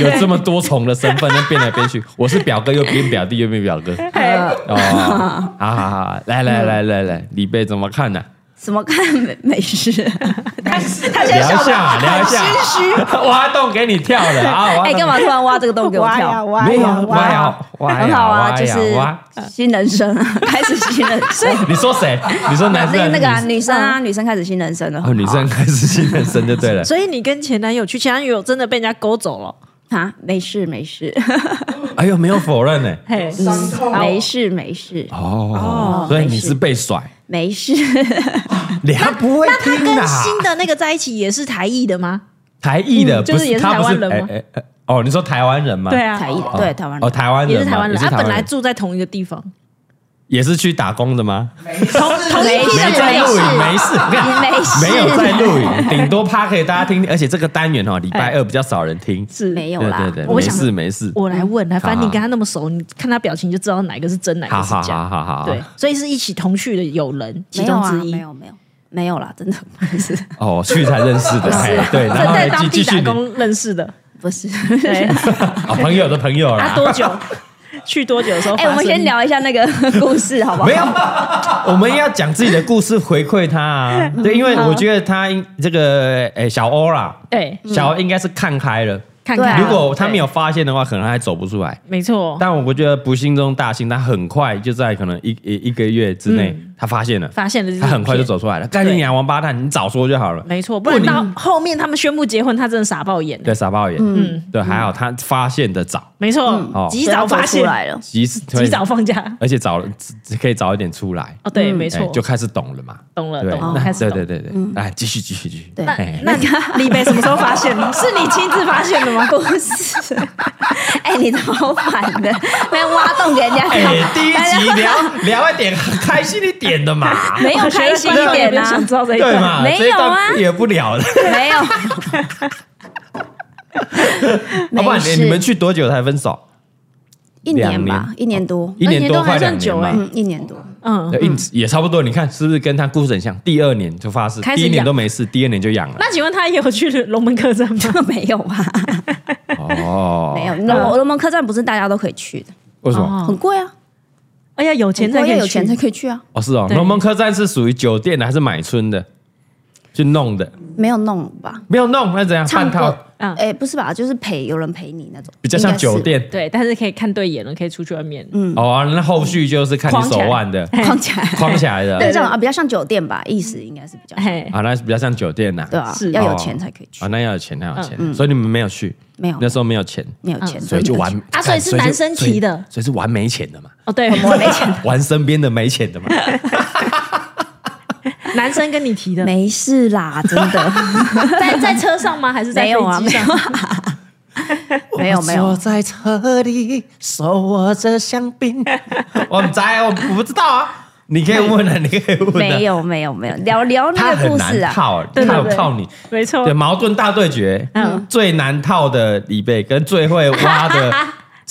Speaker 2: 有这么多重的身份，那变来变去，我是表哥，又变表弟，又变表哥。
Speaker 4: 哎
Speaker 3: 呃
Speaker 2: 哦，好好好，来来来来来，李贝怎么看呢、
Speaker 3: 什么看美美食？
Speaker 4: 他现在
Speaker 2: 聊一
Speaker 4: 笑
Speaker 2: 下，
Speaker 4: 的
Speaker 2: 聊一下， 挖洞给你跳的啊！挖
Speaker 3: 哎，
Speaker 2: 洞
Speaker 3: 干嘛突然挖这个洞给我
Speaker 4: 挖呀
Speaker 3: 跳？
Speaker 4: 挖
Speaker 2: 没有
Speaker 4: 呀
Speaker 2: 挖呀挖呀
Speaker 3: 很好啊，
Speaker 2: 挖
Speaker 3: 就
Speaker 2: 呀
Speaker 3: 是
Speaker 2: 挖
Speaker 3: 新人生啊， 开始新人生。
Speaker 2: 你说谁？你说男生还
Speaker 3: 那
Speaker 2: 是
Speaker 3: 那个啊
Speaker 2: 女生
Speaker 3: 女生啊，女生开始新人生了。
Speaker 2: 哦，女生开始新人生就对了。
Speaker 4: 所以你跟前男友去，前男友真的被人家勾走了，
Speaker 3: 啊，没事没事，
Speaker 2: 哎呦，没有否认呢、
Speaker 4: 嘿，
Speaker 3: 没事没事
Speaker 2: 哦，所以你是被甩，
Speaker 3: 没事。
Speaker 2: 你还不会听
Speaker 4: 跟
Speaker 2: 啦？
Speaker 4: 新的那个在一起也是台艺的吗？
Speaker 2: 台裔的，
Speaker 4: 嗯就
Speaker 2: 不
Speaker 4: 是也是
Speaker 2: 他不
Speaker 4: 台湾人吗
Speaker 2: 哎哎哎哦，你说台湾人吗？
Speaker 4: 对，啊，
Speaker 3: 台艺的
Speaker 2: 哦
Speaker 3: 对台湾人
Speaker 2: 哦，台湾
Speaker 4: 也
Speaker 2: 人吗
Speaker 4: 是台湾人，
Speaker 2: 也是
Speaker 4: 他
Speaker 2: 台湾
Speaker 4: 本来
Speaker 2: 人，
Speaker 4: 住在同一个地方，
Speaker 2: 也是去打工的吗？
Speaker 3: 同意
Speaker 2: 没在录影，没事，我跟你
Speaker 3: 没事
Speaker 2: 看， 没有在 录 影，顶多趴给大家听。而且这个单元哦，礼拜二比较少人听，
Speaker 4: 是
Speaker 3: 没有
Speaker 2: 对
Speaker 3: 啦
Speaker 2: 对。对，
Speaker 4: 我
Speaker 2: 没
Speaker 4: 想
Speaker 2: 事没事，
Speaker 4: 我来问，来，反
Speaker 2: 好
Speaker 4: 正
Speaker 2: 好
Speaker 4: 你跟他那么熟，你看他表情就知道哪个是真，哪
Speaker 2: 好
Speaker 4: 个是
Speaker 2: 好好
Speaker 4: 假。
Speaker 2: 好好，
Speaker 4: 对，所以是一起同去的友人其
Speaker 3: 没有
Speaker 4: 中
Speaker 3: 啊，
Speaker 4: 之一
Speaker 3: 没。有没有没有啦，真的不是
Speaker 2: 哦，去才认识的，嘿对，然
Speaker 4: 在
Speaker 2: 后
Speaker 4: 啊在
Speaker 2: 呢继
Speaker 4: 当
Speaker 2: 继
Speaker 4: 地
Speaker 2: 续
Speaker 4: 打
Speaker 2: 你
Speaker 4: 工认识的，
Speaker 3: 不是。
Speaker 4: 对，
Speaker 2: 啊，朋友的朋友啦
Speaker 4: 他。多久？去多久的时 候？
Speaker 3: 哎，我们先。聊一下那 个故事好不好？
Speaker 2: 没有，我们要讲自己的故事回馈他 啊。对，因为我觉得他应这个诶小欧啦，
Speaker 4: 对，
Speaker 2: 小欧应该是看开了。
Speaker 4: 看
Speaker 3: 对啊
Speaker 4: 看，
Speaker 2: 如果他没有发现的话，可能还走不出来。
Speaker 4: 对，没错，
Speaker 2: 但我觉得不幸中大幸，他很快就在可能一一一个月之内，
Speaker 4: 嗯
Speaker 2: 他发现了，
Speaker 4: 发现了这是
Speaker 2: 他很快就
Speaker 4: 骗
Speaker 2: 走出来了。干你娘王八蛋，你早说就好了。
Speaker 4: 没错，不然到后面他们宣布结婚，他真的傻爆眼。
Speaker 2: 对，傻爆眼。嗯，对，还好他发现的早，
Speaker 4: 没
Speaker 2: 哦
Speaker 4: 错，嗯及早
Speaker 3: 不要
Speaker 4: 发
Speaker 3: 走出
Speaker 4: 现，
Speaker 3: 来了，
Speaker 2: 及时
Speaker 4: 及早，放假。
Speaker 2: 而且早只只可以早一点出来。
Speaker 4: 哦，对，没
Speaker 2: 哎
Speaker 4: 错，
Speaker 2: 就开始懂了嘛。
Speaker 4: 懂了，
Speaker 2: 对，
Speaker 4: 懂了，
Speaker 2: 那
Speaker 4: 开始
Speaker 2: 对
Speaker 4: 懂嗯
Speaker 2: 对。对对，来继续继续继续。
Speaker 3: 对
Speaker 2: 哎
Speaker 4: 那 李北什么时候 发 现的？是你亲自发现的吗？
Speaker 3: 不是。哎，你超烦的，没挖洞给人家
Speaker 2: 哎
Speaker 3: 跳。，
Speaker 2: 第一集聊聊一点开心一点的嘛，
Speaker 3: 没有
Speaker 4: 我觉得
Speaker 3: 开心一
Speaker 4: 观众
Speaker 3: 点
Speaker 4: 有 没有
Speaker 3: 啊
Speaker 4: 想知道这一
Speaker 2: 对
Speaker 4: 段
Speaker 2: 嘛？
Speaker 3: 没有啊
Speaker 2: 这一段也不聊了。
Speaker 3: 没 有，
Speaker 2: 要不
Speaker 3: 没
Speaker 2: 然
Speaker 3: 事
Speaker 2: 你你们去多久才分手？
Speaker 3: 一年吧，一年
Speaker 4: 哦
Speaker 3: 多，
Speaker 2: 一年多
Speaker 4: 那
Speaker 2: 快
Speaker 4: 也都
Speaker 2: 两
Speaker 4: 还算久啊
Speaker 2: 年嘛。
Speaker 3: 嗯，一年 多，
Speaker 4: 嗯，
Speaker 2: 对，一也差不多，你看是不是跟他故事很像？第二年就发誓，
Speaker 4: 开始
Speaker 2: 第一年
Speaker 4: 养
Speaker 2: 都没事，第二年就养了。
Speaker 4: 那请问他也有去龙门客栈吗？
Speaker 3: 没有吧？
Speaker 2: 哦，
Speaker 3: 没有，龙龙门客栈不是大家都可以去的，
Speaker 2: 为什么？
Speaker 3: 很贵啊，
Speaker 4: 哎呀，有哦钱才
Speaker 3: 很
Speaker 4: 可
Speaker 3: 贵
Speaker 4: 以
Speaker 3: 要有钱才
Speaker 4: 去
Speaker 3: 可以去啊，
Speaker 2: 哦，是哦，
Speaker 4: 对
Speaker 2: 龙门客栈是属于酒店的还是买春的？去弄的，
Speaker 3: 没有弄吧？
Speaker 2: 没有弄，那怎样？
Speaker 3: 唱
Speaker 2: 半套
Speaker 3: 歌，
Speaker 4: 嗯
Speaker 3: 哎，不是吧？就是陪有人陪你那种，
Speaker 2: 比较像
Speaker 3: 应该是
Speaker 2: 酒 店。
Speaker 4: 对，但是可以看对眼了，可以出去外面。嗯，
Speaker 2: 哦，啊那后续就是看你手腕的，
Speaker 4: 哎
Speaker 3: 框起来，
Speaker 2: 框起来的
Speaker 3: 对，这种啊，比较像酒店吧，意思应该是比较像，
Speaker 4: 嘿，
Speaker 2: 啊，那是比较像酒店呐，
Speaker 3: 对啊
Speaker 4: 哎
Speaker 3: 嗯
Speaker 4: 是，
Speaker 3: 要有钱才可以去
Speaker 2: 啊，，那要有钱，那要有钱，所以你们没有去，
Speaker 3: 没有
Speaker 2: 那时候没有钱，
Speaker 3: 没有钱，
Speaker 2: 所以就玩
Speaker 3: 真的
Speaker 4: 啊所以是
Speaker 2: 就
Speaker 4: 男生提的
Speaker 2: 所以所以是玩没钱的嘛，
Speaker 4: 哦对，
Speaker 3: 我没钱，
Speaker 2: 玩身边的没钱的嘛，
Speaker 4: 男生跟你提 的，
Speaker 3: 没事啦，真的
Speaker 4: 在在车上吗？还是在
Speaker 3: 没
Speaker 4: 飞
Speaker 3: 有啊，
Speaker 4: 机
Speaker 3: 没有
Speaker 4: 上？
Speaker 3: 啊， 没有 没有，
Speaker 2: 在车里手握着香槟， 我不知道，我不知道啊，你可以问啊，你可以问啊，
Speaker 3: 没有没有没有，聊聊
Speaker 2: 他
Speaker 3: 那个
Speaker 2: 很
Speaker 3: 故
Speaker 2: 难
Speaker 3: 事啊，
Speaker 2: 套，
Speaker 4: 对
Speaker 2: 他
Speaker 4: 对
Speaker 2: 有
Speaker 4: 对
Speaker 2: 套你。
Speaker 4: 没错
Speaker 2: 对，，矛盾大对决，
Speaker 4: 嗯
Speaker 2: 最难套的李贝跟最会挖 的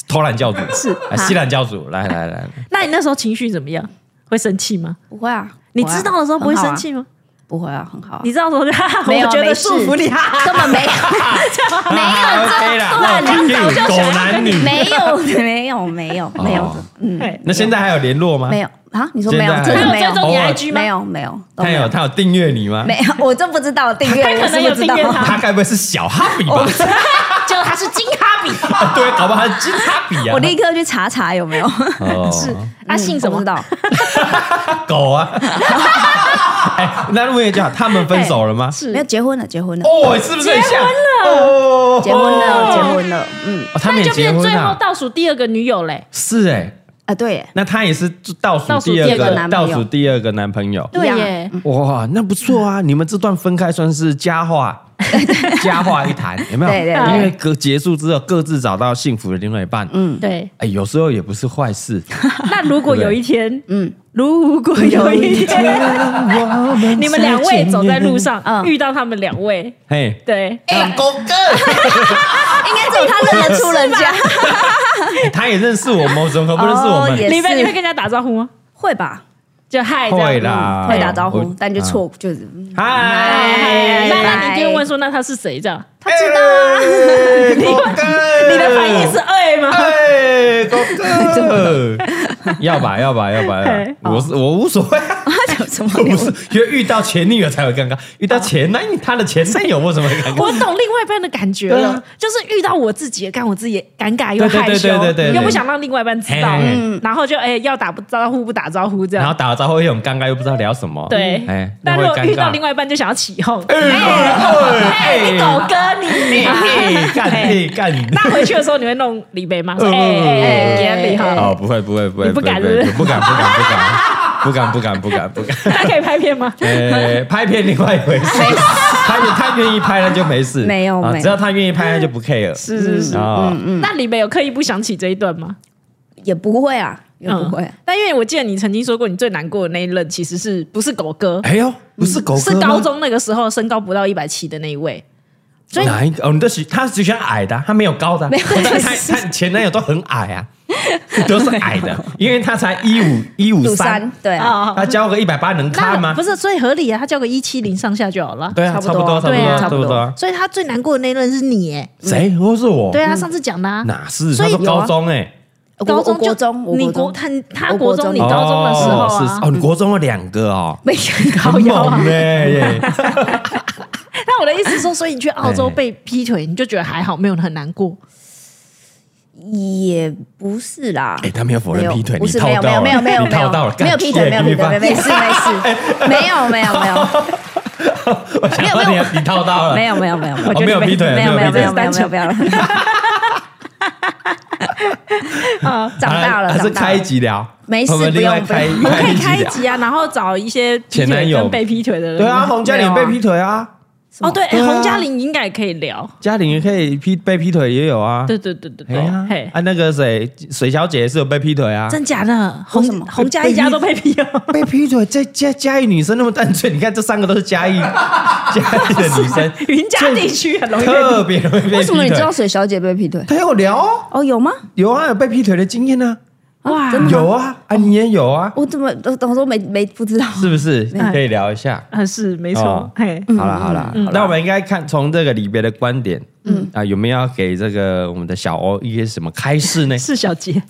Speaker 2: 偷懒教主是西兰教主，来来来，
Speaker 4: 那你那时候情绪怎么样？会生气吗？
Speaker 3: 不会啊，
Speaker 4: 你
Speaker 3: 不会啊
Speaker 4: 知道的时候不会生，
Speaker 3: 很好啊
Speaker 4: 气吗？
Speaker 3: 不会啊，很好啊
Speaker 4: 你，知道的时候就 哈哈，
Speaker 3: 没有
Speaker 4: 我
Speaker 3: 啊
Speaker 4: 觉
Speaker 3: 没
Speaker 4: 得
Speaker 3: 事
Speaker 4: 祝 福你，哈啊哈
Speaker 3: 根本 没有，
Speaker 2: 没
Speaker 3: 哎
Speaker 2: 有啊 OK 啦，
Speaker 3: 偷懒
Speaker 2: 那
Speaker 3: 教主
Speaker 2: 狗男女。
Speaker 3: 没有没有没有没有的，嗯，
Speaker 4: 对
Speaker 2: 那现在还有联络吗？
Speaker 3: 没有啊，你说没有，
Speaker 2: 哦现在
Speaker 3: 真的
Speaker 4: 还
Speaker 3: 没有
Speaker 4: 有追，踪
Speaker 2: 偶
Speaker 4: 你
Speaker 2: 尔
Speaker 4: IG 吗？
Speaker 3: 没有没有，
Speaker 2: 他
Speaker 3: 都没
Speaker 2: 有他有订阅你 吗？
Speaker 3: 没有，我真不知道订阅，
Speaker 4: 他可能
Speaker 3: 我是不知道
Speaker 4: 有订阅他
Speaker 2: 他该不会是小哈比吧？
Speaker 4: 结果他是金哈比，
Speaker 2: 对，搞不好他是金哈比啊。
Speaker 3: 我立刻去查查有没有，
Speaker 2: 哦
Speaker 4: 是他姓什
Speaker 3: 怎么
Speaker 4: 么
Speaker 3: 知？道？
Speaker 2: 狗啊。哎，那问一下，他们分手了吗？
Speaker 3: 没有结婚了，结婚了，
Speaker 2: 哦，是不是很像？哦
Speaker 3: 结婚了，结婚了，嗯
Speaker 2: 哦他们也
Speaker 4: 那就
Speaker 2: 结
Speaker 4: 变
Speaker 2: 婚
Speaker 4: 最后
Speaker 2: 了。
Speaker 4: 倒数第二个女友嘞。
Speaker 2: 是哎，
Speaker 3: 啊，对耶，
Speaker 2: 那他也是倒数
Speaker 4: 倒数
Speaker 2: 第二
Speaker 4: 第二
Speaker 3: 个
Speaker 2: 个
Speaker 3: 男
Speaker 2: 倒
Speaker 3: 朋友
Speaker 2: 数第二个男朋友。
Speaker 3: 对耶
Speaker 4: 一样，
Speaker 2: 哇，那不错啊！你们这段分开算是佳话，佳话一谈，有没有？
Speaker 3: 对对
Speaker 4: 对
Speaker 2: 因为各结束之后，各自找到幸福的另外一半，嗯，
Speaker 4: 对。
Speaker 2: 哎，有时候也不是坏事。
Speaker 4: 那如果
Speaker 2: 对不对
Speaker 4: 有 一天，嗯，如果有一天，你们两位走在路，上、
Speaker 3: 嗯
Speaker 4: 遇到他们两位，
Speaker 2: 嘿，
Speaker 4: 对，
Speaker 3: 应该只有他认得出人家，
Speaker 2: 他也认识我们，怎么可能不认识我
Speaker 3: 哦也
Speaker 2: 们？
Speaker 3: 是
Speaker 4: 李贝，你会跟人家打招呼吗？
Speaker 3: 会吧？
Speaker 4: 就嗨，这样
Speaker 2: 会。啦，
Speaker 3: 会打招呼
Speaker 2: 啊我，
Speaker 3: 但就。错就是嗯
Speaker 2: 啊
Speaker 4: 哎
Speaker 2: 嗨，
Speaker 3: 嗨
Speaker 4: 那那
Speaker 3: 嗨
Speaker 4: 你就 会问说，那他是谁？这样，
Speaker 3: 他知道啊，
Speaker 2: 哎你
Speaker 4: 你的反应是爱吗？
Speaker 2: 哎，狗哥，要吧要吧要吧，要吧我是我无所谓啊，
Speaker 3: 什么
Speaker 2: 我不是因为遇到前女友才会尴尬，遇到前男友他的前男友为什么会尴尬？
Speaker 4: 我懂另外一半的感觉
Speaker 2: 对
Speaker 4: 了
Speaker 2: 啊，
Speaker 4: 就是遇到我自己，干我自己也尴尬又
Speaker 2: 对对
Speaker 4: 害羞
Speaker 2: 对对对对，对
Speaker 4: 又不想让另外一半知道
Speaker 2: 嘿嘿嘿，
Speaker 4: 然后就哎要打不招呼不打招呼这
Speaker 2: 然后
Speaker 4: 样。
Speaker 2: 打了招呼又很尴尬，又不知道聊什么。
Speaker 4: 对
Speaker 2: 哎，，
Speaker 4: 但
Speaker 2: 那会
Speaker 4: 如果
Speaker 2: 尴
Speaker 4: 遇
Speaker 2: 尬
Speaker 4: 到另。外一半就想要起哄，
Speaker 2: 哎
Speaker 4: 哎，你狗哥你，
Speaker 2: 哎干你干你！
Speaker 4: 那回去的时候你会弄李贝吗？说哎哎哎，眼里哈，
Speaker 2: 哦，不会不会不会，
Speaker 4: 你不敢
Speaker 2: 会
Speaker 4: 是不是
Speaker 2: 会不敢不敢不敢不敢不敢不敢不敢。
Speaker 4: 大家可以拍片吗？
Speaker 2: 呃，拍片另外一回事，他他愿意拍那就没事，
Speaker 3: 没有
Speaker 2: 啊
Speaker 3: 没有
Speaker 2: 只要他愿意拍那就不 care。
Speaker 4: 是是是。
Speaker 2: 啊，
Speaker 4: 那李贝有刻意不想起这一段吗？
Speaker 3: 也不会啊，也不会
Speaker 4: 嗯。但因为我记得你曾经说过，你最难过的那一任其实是不是狗哥？
Speaker 2: 哎呦，不是狗哥吗
Speaker 4: 是高中那个时候身高不到一百七的那一位。所以
Speaker 2: 哪一个？哦，你都喜他只喜欢矮的，他没有高的啊。
Speaker 3: 没有
Speaker 2: 但他
Speaker 3: 就是
Speaker 2: 他前男友都很矮啊，都是矮的，因为他才一五一五
Speaker 3: 鲁
Speaker 2: 三
Speaker 3: 山，对啊，
Speaker 4: 哦，
Speaker 2: 他交个一百八能
Speaker 4: 那
Speaker 2: 看吗
Speaker 4: 不？是，所以合理啊，他叫个一七零上下就好了。
Speaker 2: 对啊，差
Speaker 3: 差
Speaker 2: 不
Speaker 3: 不
Speaker 2: 多，差
Speaker 3: 多
Speaker 2: 不
Speaker 4: 对
Speaker 2: 多，
Speaker 4: 啊
Speaker 2: 差不多啊。
Speaker 4: 所以他最难过的那一任是你耶，
Speaker 2: 谁？不是我？
Speaker 4: 对啊，上次讲的啊，
Speaker 2: 哪是？
Speaker 4: 所
Speaker 2: 他
Speaker 4: 以
Speaker 2: 说
Speaker 4: 有啊
Speaker 2: 高中哎，
Speaker 3: 我
Speaker 4: 高
Speaker 3: 我
Speaker 4: 中就
Speaker 3: 国中，我
Speaker 4: 你
Speaker 3: 国
Speaker 4: 国
Speaker 3: 中
Speaker 4: 他他
Speaker 3: 我
Speaker 4: 国
Speaker 3: 国
Speaker 4: 中
Speaker 3: 中
Speaker 4: 你高中的时候
Speaker 2: 哦
Speaker 4: 啊
Speaker 2: 是，哦，你国中有两个哦，
Speaker 3: 没想到
Speaker 4: 高
Speaker 2: 很
Speaker 4: 腰啊
Speaker 2: 猛。嘞耶！
Speaker 4: 那我的意思是说，所以你去澳洲被劈腿，你就觉得还好，没有很难 过。
Speaker 3: 也不是啦。
Speaker 2: 哎，他没有否认
Speaker 3: 没有
Speaker 2: 劈腿，
Speaker 3: 不
Speaker 2: 你
Speaker 3: 是
Speaker 2: 套
Speaker 3: 没有没
Speaker 2: 到
Speaker 3: 有
Speaker 2: 了，
Speaker 3: 没有没有
Speaker 2: 你
Speaker 3: 没
Speaker 2: 套到
Speaker 3: 有
Speaker 2: 了，
Speaker 3: 没有劈腿没有劈腿没
Speaker 2: 干
Speaker 3: 事没事没有没有 没有
Speaker 2: 我想到你
Speaker 3: 没有
Speaker 2: 你套到了，
Speaker 3: 没有没有没有没有
Speaker 2: 哦没有劈腿，
Speaker 3: 没有没有没有没有
Speaker 4: 单纯
Speaker 3: 没有 没有，
Speaker 4: 啊，
Speaker 3: 哦长大了
Speaker 2: 还是
Speaker 3: 长大
Speaker 2: 开一
Speaker 3: 了，
Speaker 2: 集聊，
Speaker 3: 没事
Speaker 2: 我们另外
Speaker 3: 不用不
Speaker 2: 开
Speaker 3: 用
Speaker 4: 我们可以
Speaker 2: 集
Speaker 4: 开一
Speaker 2: 聊
Speaker 4: 集啊，然后找一些劈
Speaker 2: 前男
Speaker 4: 腿
Speaker 2: 友
Speaker 4: 跟被劈腿的人。
Speaker 2: 对啊，洪嘉玲被劈腿啊，
Speaker 4: 哦，对，
Speaker 2: 对啊
Speaker 4: 洪嘉玲应该也可以聊。
Speaker 2: 嘉玲也可以劈被劈腿也有啊，
Speaker 4: 对对对对
Speaker 2: 哎
Speaker 4: 对
Speaker 3: 哦
Speaker 2: 呀，，
Speaker 4: 嘿，
Speaker 2: 啊那个谁水小姐也是有被劈腿啊，
Speaker 4: 真假的？
Speaker 3: 为什
Speaker 4: 洪
Speaker 3: 么
Speaker 4: 洪嘉一家都被劈 了。
Speaker 2: 被劈腿，在嘉嘉义女生那么单纯，你看这三个都是嘉义 嘉义的女生，
Speaker 4: 云嘉地区很容易被劈
Speaker 2: 特别容易被
Speaker 3: 为
Speaker 2: 劈
Speaker 3: 什么
Speaker 2: 腿
Speaker 3: 你知。道水小姐被劈腿？
Speaker 2: 他有聊哦，
Speaker 3: 哦，有吗？
Speaker 2: 有啊，有被劈腿的经验呢，
Speaker 4: 哇，
Speaker 2: 有啊，啊你也有啊，
Speaker 3: 我怎么都我都没没不知道？
Speaker 2: 是不是？
Speaker 3: 哎
Speaker 2: 可以聊一下。
Speaker 4: 啊，是没
Speaker 2: 哦
Speaker 4: 错，嘿，
Speaker 2: 好了好了，
Speaker 4: 嗯
Speaker 2: 那我们应该看从这个离别的观点，嗯啊，有没有要给这个我们的小欧一些什么开示呢？
Speaker 4: 是 小杰，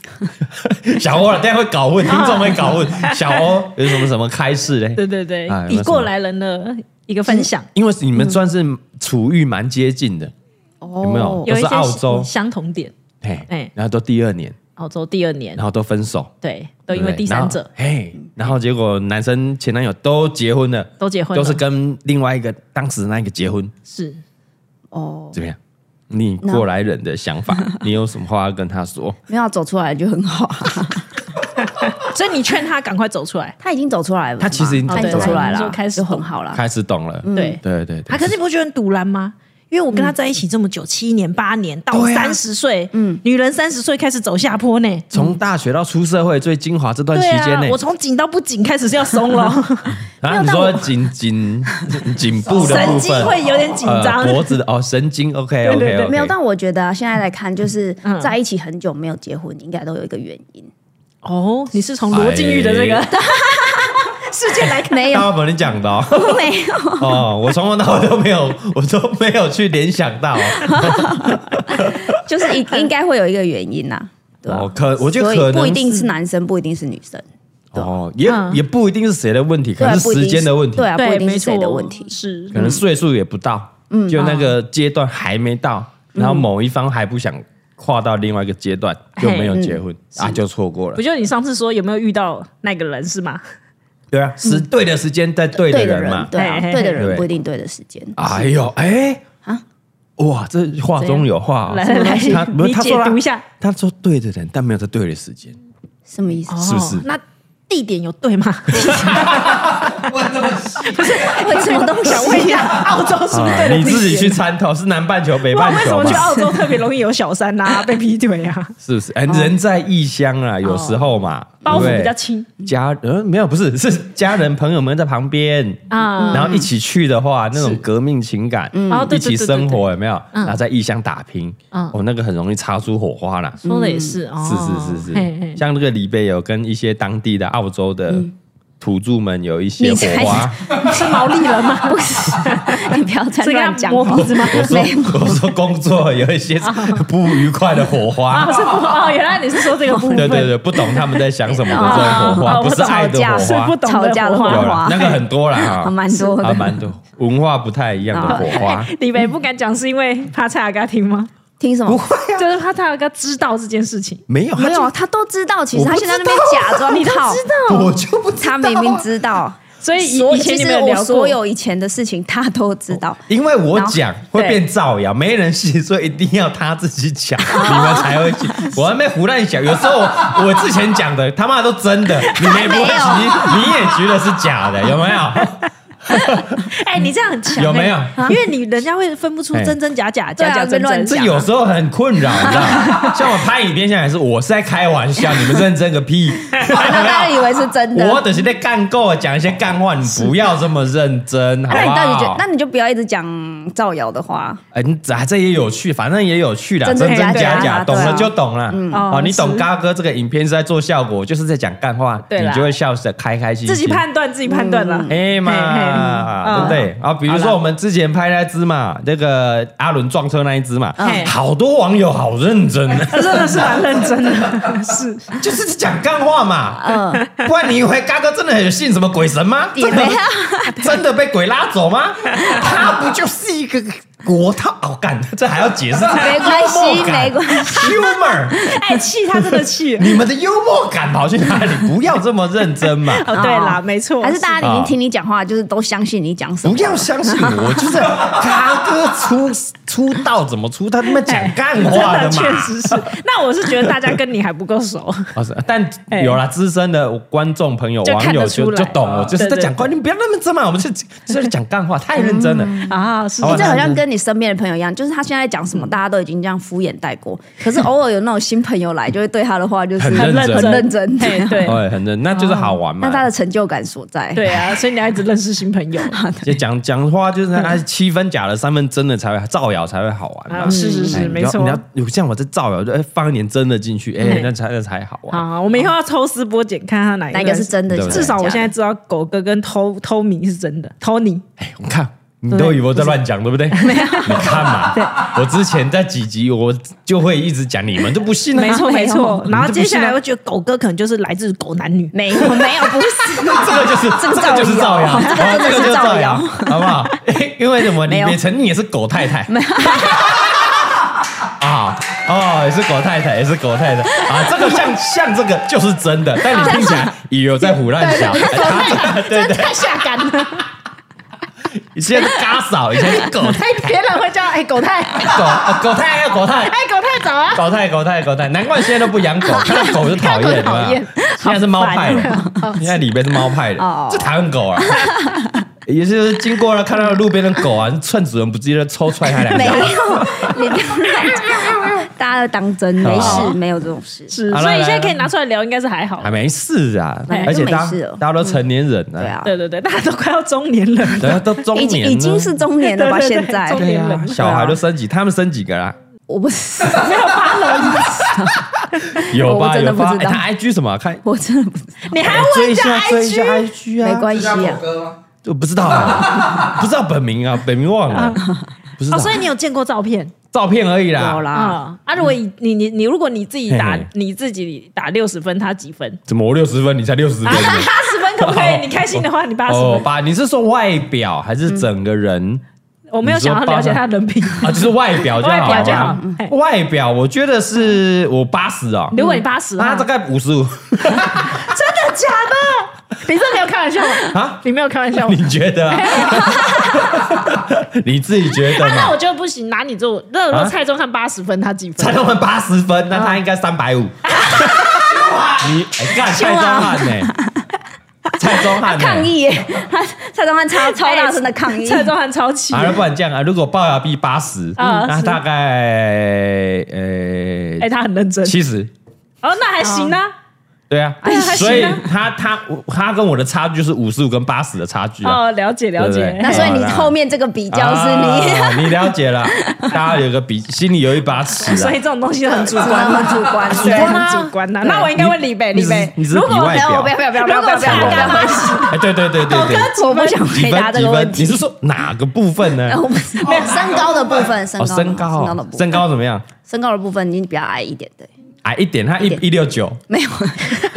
Speaker 2: 小欧了，大家会搞混，听众会搞 混。小欧有什么什么开示呢？
Speaker 4: 对对对
Speaker 2: 哎，
Speaker 4: 以过来人的一个分享，
Speaker 2: 因为你们算是处遇蛮接近
Speaker 4: 嗯
Speaker 2: 的，
Speaker 3: 有
Speaker 2: 有没有
Speaker 4: 有一
Speaker 2: 我是
Speaker 4: 些
Speaker 2: 澳洲
Speaker 4: 相同点。
Speaker 2: 嘿
Speaker 4: 哎，
Speaker 2: 然后都第二年，
Speaker 4: 澳洲第二年
Speaker 2: 然，后都分手，
Speaker 4: 对，都
Speaker 2: 对
Speaker 4: 因
Speaker 2: 不对
Speaker 4: 为第三者，，
Speaker 2: 然后嘿，然后结果男生前男友都结婚了，
Speaker 4: 都结婚
Speaker 2: 都
Speaker 4: 了
Speaker 2: 是跟另外一个当时那一个结婚，
Speaker 4: 是
Speaker 3: 哦，
Speaker 2: 怎么样？你过来人的想 法，你有什么话要跟他说？
Speaker 3: 没有走出来就很好 啊。
Speaker 4: 所以你劝他赶快走出来，
Speaker 3: 他已经走出来了，哦
Speaker 2: 他其实已经
Speaker 3: 他已经
Speaker 2: 走
Speaker 3: 走
Speaker 2: 出
Speaker 3: 出
Speaker 2: 来
Speaker 3: 来
Speaker 4: 了
Speaker 3: 了，
Speaker 4: 就开始
Speaker 3: 就很好了。
Speaker 2: 开始懂了，
Speaker 4: 对
Speaker 2: 对对
Speaker 4: 啊，
Speaker 2: 对，
Speaker 4: 可是你不觉得很堵然吗？因为我跟他在一起这么久，七年八年，到
Speaker 2: 对啊
Speaker 4: 三十岁，嗯，女人三十岁开始走下坡呢。
Speaker 2: 从大学到出社会最精华这段期
Speaker 4: 嗯对
Speaker 2: 间
Speaker 4: 啊
Speaker 2: 内，，
Speaker 4: 我从紧到不紧开始是要松了，
Speaker 2: 然后你
Speaker 4: 没有
Speaker 2: 说
Speaker 4: 但我
Speaker 2: 颈 颈颈部的
Speaker 4: 神
Speaker 2: 部
Speaker 4: 经
Speaker 2: 分，
Speaker 4: 会有点紧张
Speaker 2: 呃，脖子的哦，神经 OK
Speaker 4: 对
Speaker 2: OK
Speaker 4: 对
Speaker 2: OK，
Speaker 3: 没有，但我觉得啊，现在来看，就是在一起很久没有结婚，应该都有一个原因。
Speaker 4: 哦，你是从罗晋玉的这个
Speaker 2: 哎
Speaker 4: 事件来看，
Speaker 3: 没有，
Speaker 2: 大部分你讲的 哦，
Speaker 3: 没有，
Speaker 2: 哦，我从头到尾都没有，我都没有去联想到。哦
Speaker 3: 就是应应该会有一个原因呐，对吧
Speaker 2: 哦，？可我觉得
Speaker 3: 所
Speaker 2: 可
Speaker 3: 以
Speaker 2: 能
Speaker 3: 不一定是男生，不一定是女生，
Speaker 2: 哦，也
Speaker 4: 嗯
Speaker 2: 也不一定是谁的问题，可
Speaker 3: 对啊，
Speaker 2: 能
Speaker 3: 不
Speaker 2: 是
Speaker 3: 一定
Speaker 2: 时间的问题，
Speaker 3: 对啊，不一
Speaker 4: 对，
Speaker 3: 定
Speaker 4: 嗯
Speaker 3: 是
Speaker 4: 没错
Speaker 3: 谁的问题。
Speaker 4: 是
Speaker 2: 可能岁数也不到，
Speaker 4: 嗯
Speaker 2: 就那个阶段还没到，然后某一方还不想跨到另外一个阶段，就没有结婚啊，就错过了
Speaker 4: 嗯不。就你上次说有没有遇到那个人是吗？
Speaker 2: 对啊，是
Speaker 4: 嗯
Speaker 2: 对的时间在对的
Speaker 3: 对的
Speaker 2: 人嘛
Speaker 3: 人，。对啊，
Speaker 4: 嘿嘿
Speaker 3: 对的
Speaker 2: 对
Speaker 3: 人不一定对的时间。
Speaker 2: 哎呦，哎哇，这话中有话啊！
Speaker 4: 来啊来来
Speaker 2: 他不是
Speaker 4: 你
Speaker 2: 他说
Speaker 4: 解
Speaker 2: 啦
Speaker 4: 读一下，
Speaker 2: 他说对的人，但没有在对的时间。
Speaker 4: 哦
Speaker 3: 什么意思？
Speaker 2: 是不是
Speaker 4: 哦那地点有对吗？
Speaker 3: 为什么东西？
Speaker 4: 想问 一下，澳洲是不是对
Speaker 2: 哎啊你
Speaker 4: 人
Speaker 2: 自己去
Speaker 4: 选的
Speaker 2: 参透是南半球北
Speaker 4: 哇，
Speaker 2: 半
Speaker 4: 为什
Speaker 2: 球
Speaker 4: 么
Speaker 2: 吧
Speaker 4: 去？澳洲特别容易有小三啦、 被劈腿啊？
Speaker 2: 是不是？哎，人在异乡啊，有时候嘛，
Speaker 4: 哦包
Speaker 2: 对
Speaker 4: 袱
Speaker 2: 不
Speaker 4: 比
Speaker 2: 对
Speaker 4: 较轻
Speaker 2: 家呃没有不是是家人朋友们在旁边，
Speaker 4: 啊，
Speaker 2: 然后一起去的话，那种革命情感，
Speaker 4: 哦对
Speaker 2: 一
Speaker 4: 对
Speaker 2: 起
Speaker 4: 对对
Speaker 2: 生活
Speaker 4: 对
Speaker 2: 有没有？然后在异乡打拼，
Speaker 4: 嗯
Speaker 2: 哦，那个很容易擦出火花啦。
Speaker 4: 说的也是哦，
Speaker 2: 嗯是是是
Speaker 4: 嘿嘿嗯
Speaker 2: 是，像这个李贝有跟一些当地的澳洲的土著们有一些
Speaker 3: 你
Speaker 2: 火
Speaker 3: 才
Speaker 2: 花。
Speaker 4: 是毛利人吗？
Speaker 3: 不是，你不要再
Speaker 4: 是跟他
Speaker 3: 乱讲
Speaker 4: 摸
Speaker 3: 话
Speaker 4: 鼻子吗？
Speaker 2: 我说
Speaker 3: 没有
Speaker 2: 我说工作有一些不愉快的火花
Speaker 4: 啊，，是不 哦，原来你是说这个部分，
Speaker 2: 对对对，不懂他们在想什么的这种火
Speaker 4: 啊
Speaker 2: 花，
Speaker 4: 我
Speaker 2: 不是
Speaker 4: 懂
Speaker 2: 爱的
Speaker 4: 吵架
Speaker 2: 火
Speaker 4: 是
Speaker 2: 花
Speaker 4: 不，懂
Speaker 3: 吵架的
Speaker 4: 火
Speaker 3: 话
Speaker 2: 有
Speaker 4: 花。哦
Speaker 2: 啦，那个很 啊多啦
Speaker 3: 还
Speaker 2: 哈，
Speaker 3: 蛮多的
Speaker 2: 还蛮多文化不太一样的火花。
Speaker 4: 李梅不敢讲，是因为怕蔡雅刚听吗？
Speaker 3: 听什么？
Speaker 2: 啊
Speaker 4: 就是怕蔡雅刚知道这件事情。
Speaker 2: 没有，他
Speaker 3: 没有，
Speaker 2: 就
Speaker 3: 啊，他都知道，其
Speaker 2: 我
Speaker 3: 实
Speaker 2: 不
Speaker 3: 他现在那边假装
Speaker 4: 你都
Speaker 3: 套
Speaker 4: 知，道，
Speaker 2: 我就不知道
Speaker 3: 他明明知道，
Speaker 4: 所以以
Speaker 3: 所
Speaker 4: 以前
Speaker 3: 其
Speaker 4: 你
Speaker 3: 实
Speaker 4: 们有
Speaker 3: 我
Speaker 4: 聊过
Speaker 3: 所，有以前的事情他都知道。
Speaker 2: 因为我讲
Speaker 3: 然后
Speaker 2: 会变造谣，没人信，所以一定要他自己 讲，你们才会信。我还没胡乱想，有时候我我之前讲的他妈都真 的，你们也不会信，
Speaker 3: 还没
Speaker 2: 你也觉得是假的，有没 有？
Speaker 4: 哎，你这样很强欸，
Speaker 2: 有没有哎
Speaker 4: 因为你人家会分不出真真假假，
Speaker 3: 对
Speaker 4: 假
Speaker 3: 啊
Speaker 4: 假真
Speaker 3: 会乱
Speaker 4: 真。
Speaker 2: 这
Speaker 3: 讲
Speaker 2: 有时候很困扰，你知道 吗？像我拍影片下来是，我是在开玩笑，你们认真个 屁！
Speaker 3: 他啊大家以为是真的。
Speaker 2: 我只是在干够讲一些干话，你不要这么认真，好
Speaker 3: 那
Speaker 2: 不
Speaker 3: 你到底
Speaker 2: 啊好
Speaker 3: 觉？那你就不要一直讲造谣的话。
Speaker 2: 哎，你咋这也有趣，反正也有趣啦，
Speaker 3: 真
Speaker 2: 真
Speaker 3: 的
Speaker 2: 真
Speaker 3: 假
Speaker 2: 假
Speaker 3: 的
Speaker 2: 假，
Speaker 3: 啊
Speaker 2: 懂
Speaker 3: 对啊
Speaker 2: 了就懂了。哦
Speaker 4: 哦，
Speaker 2: 你懂
Speaker 4: 是
Speaker 2: 嘎哥这个影片是在做效果，就是在讲干话，
Speaker 3: 对
Speaker 2: 你
Speaker 3: 啦
Speaker 2: 就会笑得开开心心。
Speaker 4: 自己判断，自己判断了。
Speaker 2: 哎嘛，对不对？
Speaker 3: 嗯
Speaker 2: 啊，比如说我们之前拍那只嘛，那个阿伦撞车那一只嘛
Speaker 4: 嗯，
Speaker 2: 好多网友好认 真啊，
Speaker 4: 他真的是蛮认真 的，是
Speaker 2: 就是讲干话嘛。
Speaker 3: 嗯，
Speaker 2: 不然你以为嘎哥真的很信什么鬼神吗？
Speaker 3: 也
Speaker 2: 真的
Speaker 3: 没有
Speaker 2: 真的被鬼拉走吗？他不就是一个国套？哦，干，这还要解释？
Speaker 3: 没关系
Speaker 2: 幽默感
Speaker 3: 没关系
Speaker 2: Humor，
Speaker 4: 哎，气他真的气。
Speaker 2: 你们的幽默感跑去哪里？不要这么认真 嘛！
Speaker 4: 哦，对啦，没错，
Speaker 3: 还是大家已经听你讲话，就是都相信你讲什么
Speaker 2: 啊不。要相信我，就是他哥出出道怎么出？他他妈讲干
Speaker 4: 真
Speaker 2: 话
Speaker 4: 的确
Speaker 2: 嘛！
Speaker 4: 实 是。那我是觉得大家跟你还不够熟，
Speaker 2: 哦是但有了资深的观众朋友、
Speaker 4: 哎就
Speaker 2: 网
Speaker 4: 看得
Speaker 2: 友
Speaker 4: 出
Speaker 2: 就
Speaker 4: 来哦
Speaker 2: 就懂了，就是在
Speaker 4: 对对嗯
Speaker 2: 讲干，你们不要那么真嘛，我们 是就是讲干话，太认真了。
Speaker 4: 啊，是
Speaker 2: 好吧
Speaker 3: 这好像跟你身边的朋友一样，就是他现在讲
Speaker 2: 嗯
Speaker 3: 什么，大家都已经这样敷衍带过。可是偶尔有那种新朋友来，就会对他的话就是
Speaker 2: 很认真
Speaker 3: 很认真。
Speaker 4: 嘿
Speaker 2: 对，
Speaker 4: 对嗯
Speaker 2: 哎很认，那就是好玩嘛。
Speaker 3: 那他的成就感所在。
Speaker 4: 对啊，所以你要一直认识新朋友
Speaker 2: 就讲讲话就是那七分假的，三分真的才会造谣才会好玩嘛。
Speaker 4: 啊，是是
Speaker 2: 哎
Speaker 4: 是，
Speaker 2: 你
Speaker 4: 没
Speaker 2: 要
Speaker 4: 错
Speaker 2: 你。要有像我这造谣，就哎放一点真的进去，哎
Speaker 4: 对
Speaker 2: 那才那才好玩。
Speaker 4: 好，我们以后要抽丝剥茧，看他哪
Speaker 3: 哪
Speaker 4: 一
Speaker 3: 一个是真的
Speaker 2: 对？
Speaker 3: 哪一个
Speaker 4: 至
Speaker 3: 是假
Speaker 4: 少
Speaker 3: 的
Speaker 4: 我现在知道狗哥跟偷偷米是真的，偷你
Speaker 2: 哎，我看你都以为我在乱讲，对不对？没有，你看嘛， 我之前在几集我就会一直讲，你们都不信啊，
Speaker 4: 没错
Speaker 3: 没
Speaker 4: 没
Speaker 3: 有
Speaker 4: 错。然后接下
Speaker 2: 你
Speaker 4: 来
Speaker 2: 就
Speaker 4: 我觉得狗哥可能就是来自狗男 女，
Speaker 3: 没有没有，不是
Speaker 2: 这 个就是这
Speaker 3: 啊个
Speaker 2: 个就是造
Speaker 3: 造
Speaker 2: 谣，
Speaker 3: 谣这个
Speaker 2: 哦
Speaker 3: 真的
Speaker 2: 这
Speaker 3: 是
Speaker 2: 个就是
Speaker 3: 造
Speaker 2: 谣，
Speaker 3: 谣
Speaker 2: 好不 好？因为什么？
Speaker 3: 没
Speaker 2: 李
Speaker 3: 有
Speaker 2: 别成你也是狗太太， 啊哦，也是狗太太，也是狗太太啊，这个像像这个就是真的，但你听
Speaker 3: 啊
Speaker 2: 起来也有在胡乱想，哎对 对，
Speaker 3: 太下岗了。
Speaker 2: 以前是嘎嫂，以前是狗太
Speaker 4: 别人会叫哎狗太， 哎
Speaker 2: 狗啊狗太狗太。
Speaker 4: 狗太早啊，
Speaker 2: 狗太狗太狗太，难怪现在都不养狗， 看到狗就讨厌，
Speaker 4: 看到狗讨厌
Speaker 2: 对吧现
Speaker 3: 啊
Speaker 2: 在是猫派的，现在里边是猫派的
Speaker 3: 哦，
Speaker 2: 这讨厌狗 啊。也就是经过了，看到路边的狗啊，趁主人不注意就抽踹它两
Speaker 3: 没
Speaker 2: 脚。
Speaker 3: 有，你不要乱讲，大家都当真，没
Speaker 2: 好啊
Speaker 3: 事，没有这种事。
Speaker 4: 是，
Speaker 2: 好
Speaker 4: 所
Speaker 2: 了
Speaker 4: 以
Speaker 2: 来
Speaker 4: 现
Speaker 2: 来
Speaker 4: 在可以拿出来聊，应该是还好
Speaker 2: 还。没事啊，
Speaker 4: 哎
Speaker 2: 而且大
Speaker 3: 就没事了
Speaker 2: 大家都成年人了，
Speaker 3: 对啊，
Speaker 4: 对对对，大家都快要中年了，
Speaker 2: 对啊，都中
Speaker 3: 已
Speaker 2: 年
Speaker 3: 经
Speaker 2: 了
Speaker 3: 已经是中年了吧？
Speaker 4: 对对对
Speaker 3: 现在
Speaker 4: 中
Speaker 2: 对
Speaker 4: 年
Speaker 2: 啊
Speaker 4: 了，
Speaker 2: 小孩都生几？他们生几个啦？
Speaker 3: 我不是，
Speaker 2: 有吧？
Speaker 3: 啊我真的
Speaker 2: 有吧？
Speaker 3: 不知道
Speaker 2: 哎他 IG 什么啊？看
Speaker 3: 我真的不知道，
Speaker 4: 你还问
Speaker 2: 追一下
Speaker 4: 人家
Speaker 2: 追一下
Speaker 4: IG？
Speaker 2: IG 啊？
Speaker 3: 没关系啊。
Speaker 2: 我不知道啊，不知道本名啊，本名忘 了，不知道
Speaker 4: 哦，所以你有见过照片？
Speaker 2: 照片而已啦
Speaker 3: 有。啦，
Speaker 4: 啊啊！如果以你你你，如果你自己打
Speaker 2: 嗯嘿嘿
Speaker 4: 你自己打六十分，他几分？
Speaker 2: 怎么我六十分，你才六十分
Speaker 4: 啊，？那八十分可不可
Speaker 2: 哦
Speaker 4: 以？你开心的话，你 八十
Speaker 2: 哦，
Speaker 4: 分。嗯
Speaker 2: 把你是说外表还是整个人
Speaker 4: 我没有想要了解他的人品。
Speaker 2: 啊？就是外表就好啊，
Speaker 4: 外表就好哎嘿
Speaker 2: 外表我觉得是我八十啊，
Speaker 4: 嗯如果你八十，
Speaker 2: 那大概五十五，
Speaker 4: 真的假的？你这没有开玩笑吗？
Speaker 2: 啊
Speaker 4: 你没有开玩笑吗？
Speaker 2: 你觉得啊？ 你自己觉得
Speaker 4: 啊，那
Speaker 2: 嘛
Speaker 4: 我？就不行，拿你做。那
Speaker 2: 啊
Speaker 4: 如果蔡宗汉八十分，他几
Speaker 2: 蔡
Speaker 4: 分？
Speaker 2: 宗汉八十分，
Speaker 4: 嗯
Speaker 2: 那他应
Speaker 4: 啊
Speaker 2: 该三百五。你哎干蔡宗汉呢？蔡钟汉
Speaker 3: 他
Speaker 2: 呢
Speaker 3: 抗议耶，他蔡宗汉超超大声的抗议，
Speaker 4: 哎蔡宗汉超气，
Speaker 2: 啊，不然这样啊，如果龅牙币八十，
Speaker 4: 啊
Speaker 2: 那
Speaker 4: 是
Speaker 2: 大概
Speaker 4: 哎，
Speaker 2: 呃
Speaker 4: 他很认真，
Speaker 2: 七十，
Speaker 4: 哦，那还行啊，
Speaker 2: 对啊
Speaker 4: 哎呀，还行啊
Speaker 2: 所以他他他跟我的差距就是五十五跟八十的差距啊。
Speaker 4: 哦，了解了
Speaker 2: 对不
Speaker 4: 解
Speaker 2: 对，
Speaker 3: 那所以你后面这个比较是你。
Speaker 2: 啊你了解了，大家有个比心里有一把尺
Speaker 4: 所
Speaker 2: 啊
Speaker 4: 以。这种东西很主
Speaker 3: 只能
Speaker 4: 观，
Speaker 3: 很主观，对。
Speaker 4: 很主观呐。那我应该问李北，
Speaker 2: 你
Speaker 4: 李
Speaker 2: 只是
Speaker 4: 北，
Speaker 2: 你只是比外
Speaker 3: 我
Speaker 2: 表
Speaker 3: 不，要不要不要不
Speaker 4: 如
Speaker 3: 要不
Speaker 4: 果
Speaker 3: 要不要
Speaker 4: 擦
Speaker 3: 不
Speaker 4: 干
Speaker 3: 要！
Speaker 4: 妈洗，
Speaker 2: 哎，对对对对对，
Speaker 3: 我不想
Speaker 2: 几
Speaker 3: 回答
Speaker 2: 分
Speaker 3: 这
Speaker 2: 几
Speaker 3: 个问
Speaker 2: 分？你
Speaker 3: 题。
Speaker 2: 是说哪个部分呢？
Speaker 3: 我不是身高的部分，身
Speaker 2: 哦，
Speaker 3: 高的
Speaker 2: 身高
Speaker 3: 身高的
Speaker 2: 哦
Speaker 3: 部，分，
Speaker 2: 身高怎么样？
Speaker 3: 身高的部分你比较矮一点，对，
Speaker 2: 矮一点，他一一六九，
Speaker 3: 没有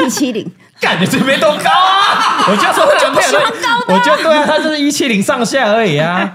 Speaker 3: 一七零，
Speaker 2: 感觉这边都高啊！我就说我就不喜欢高我就对啊，他就是一七零上下而已啊，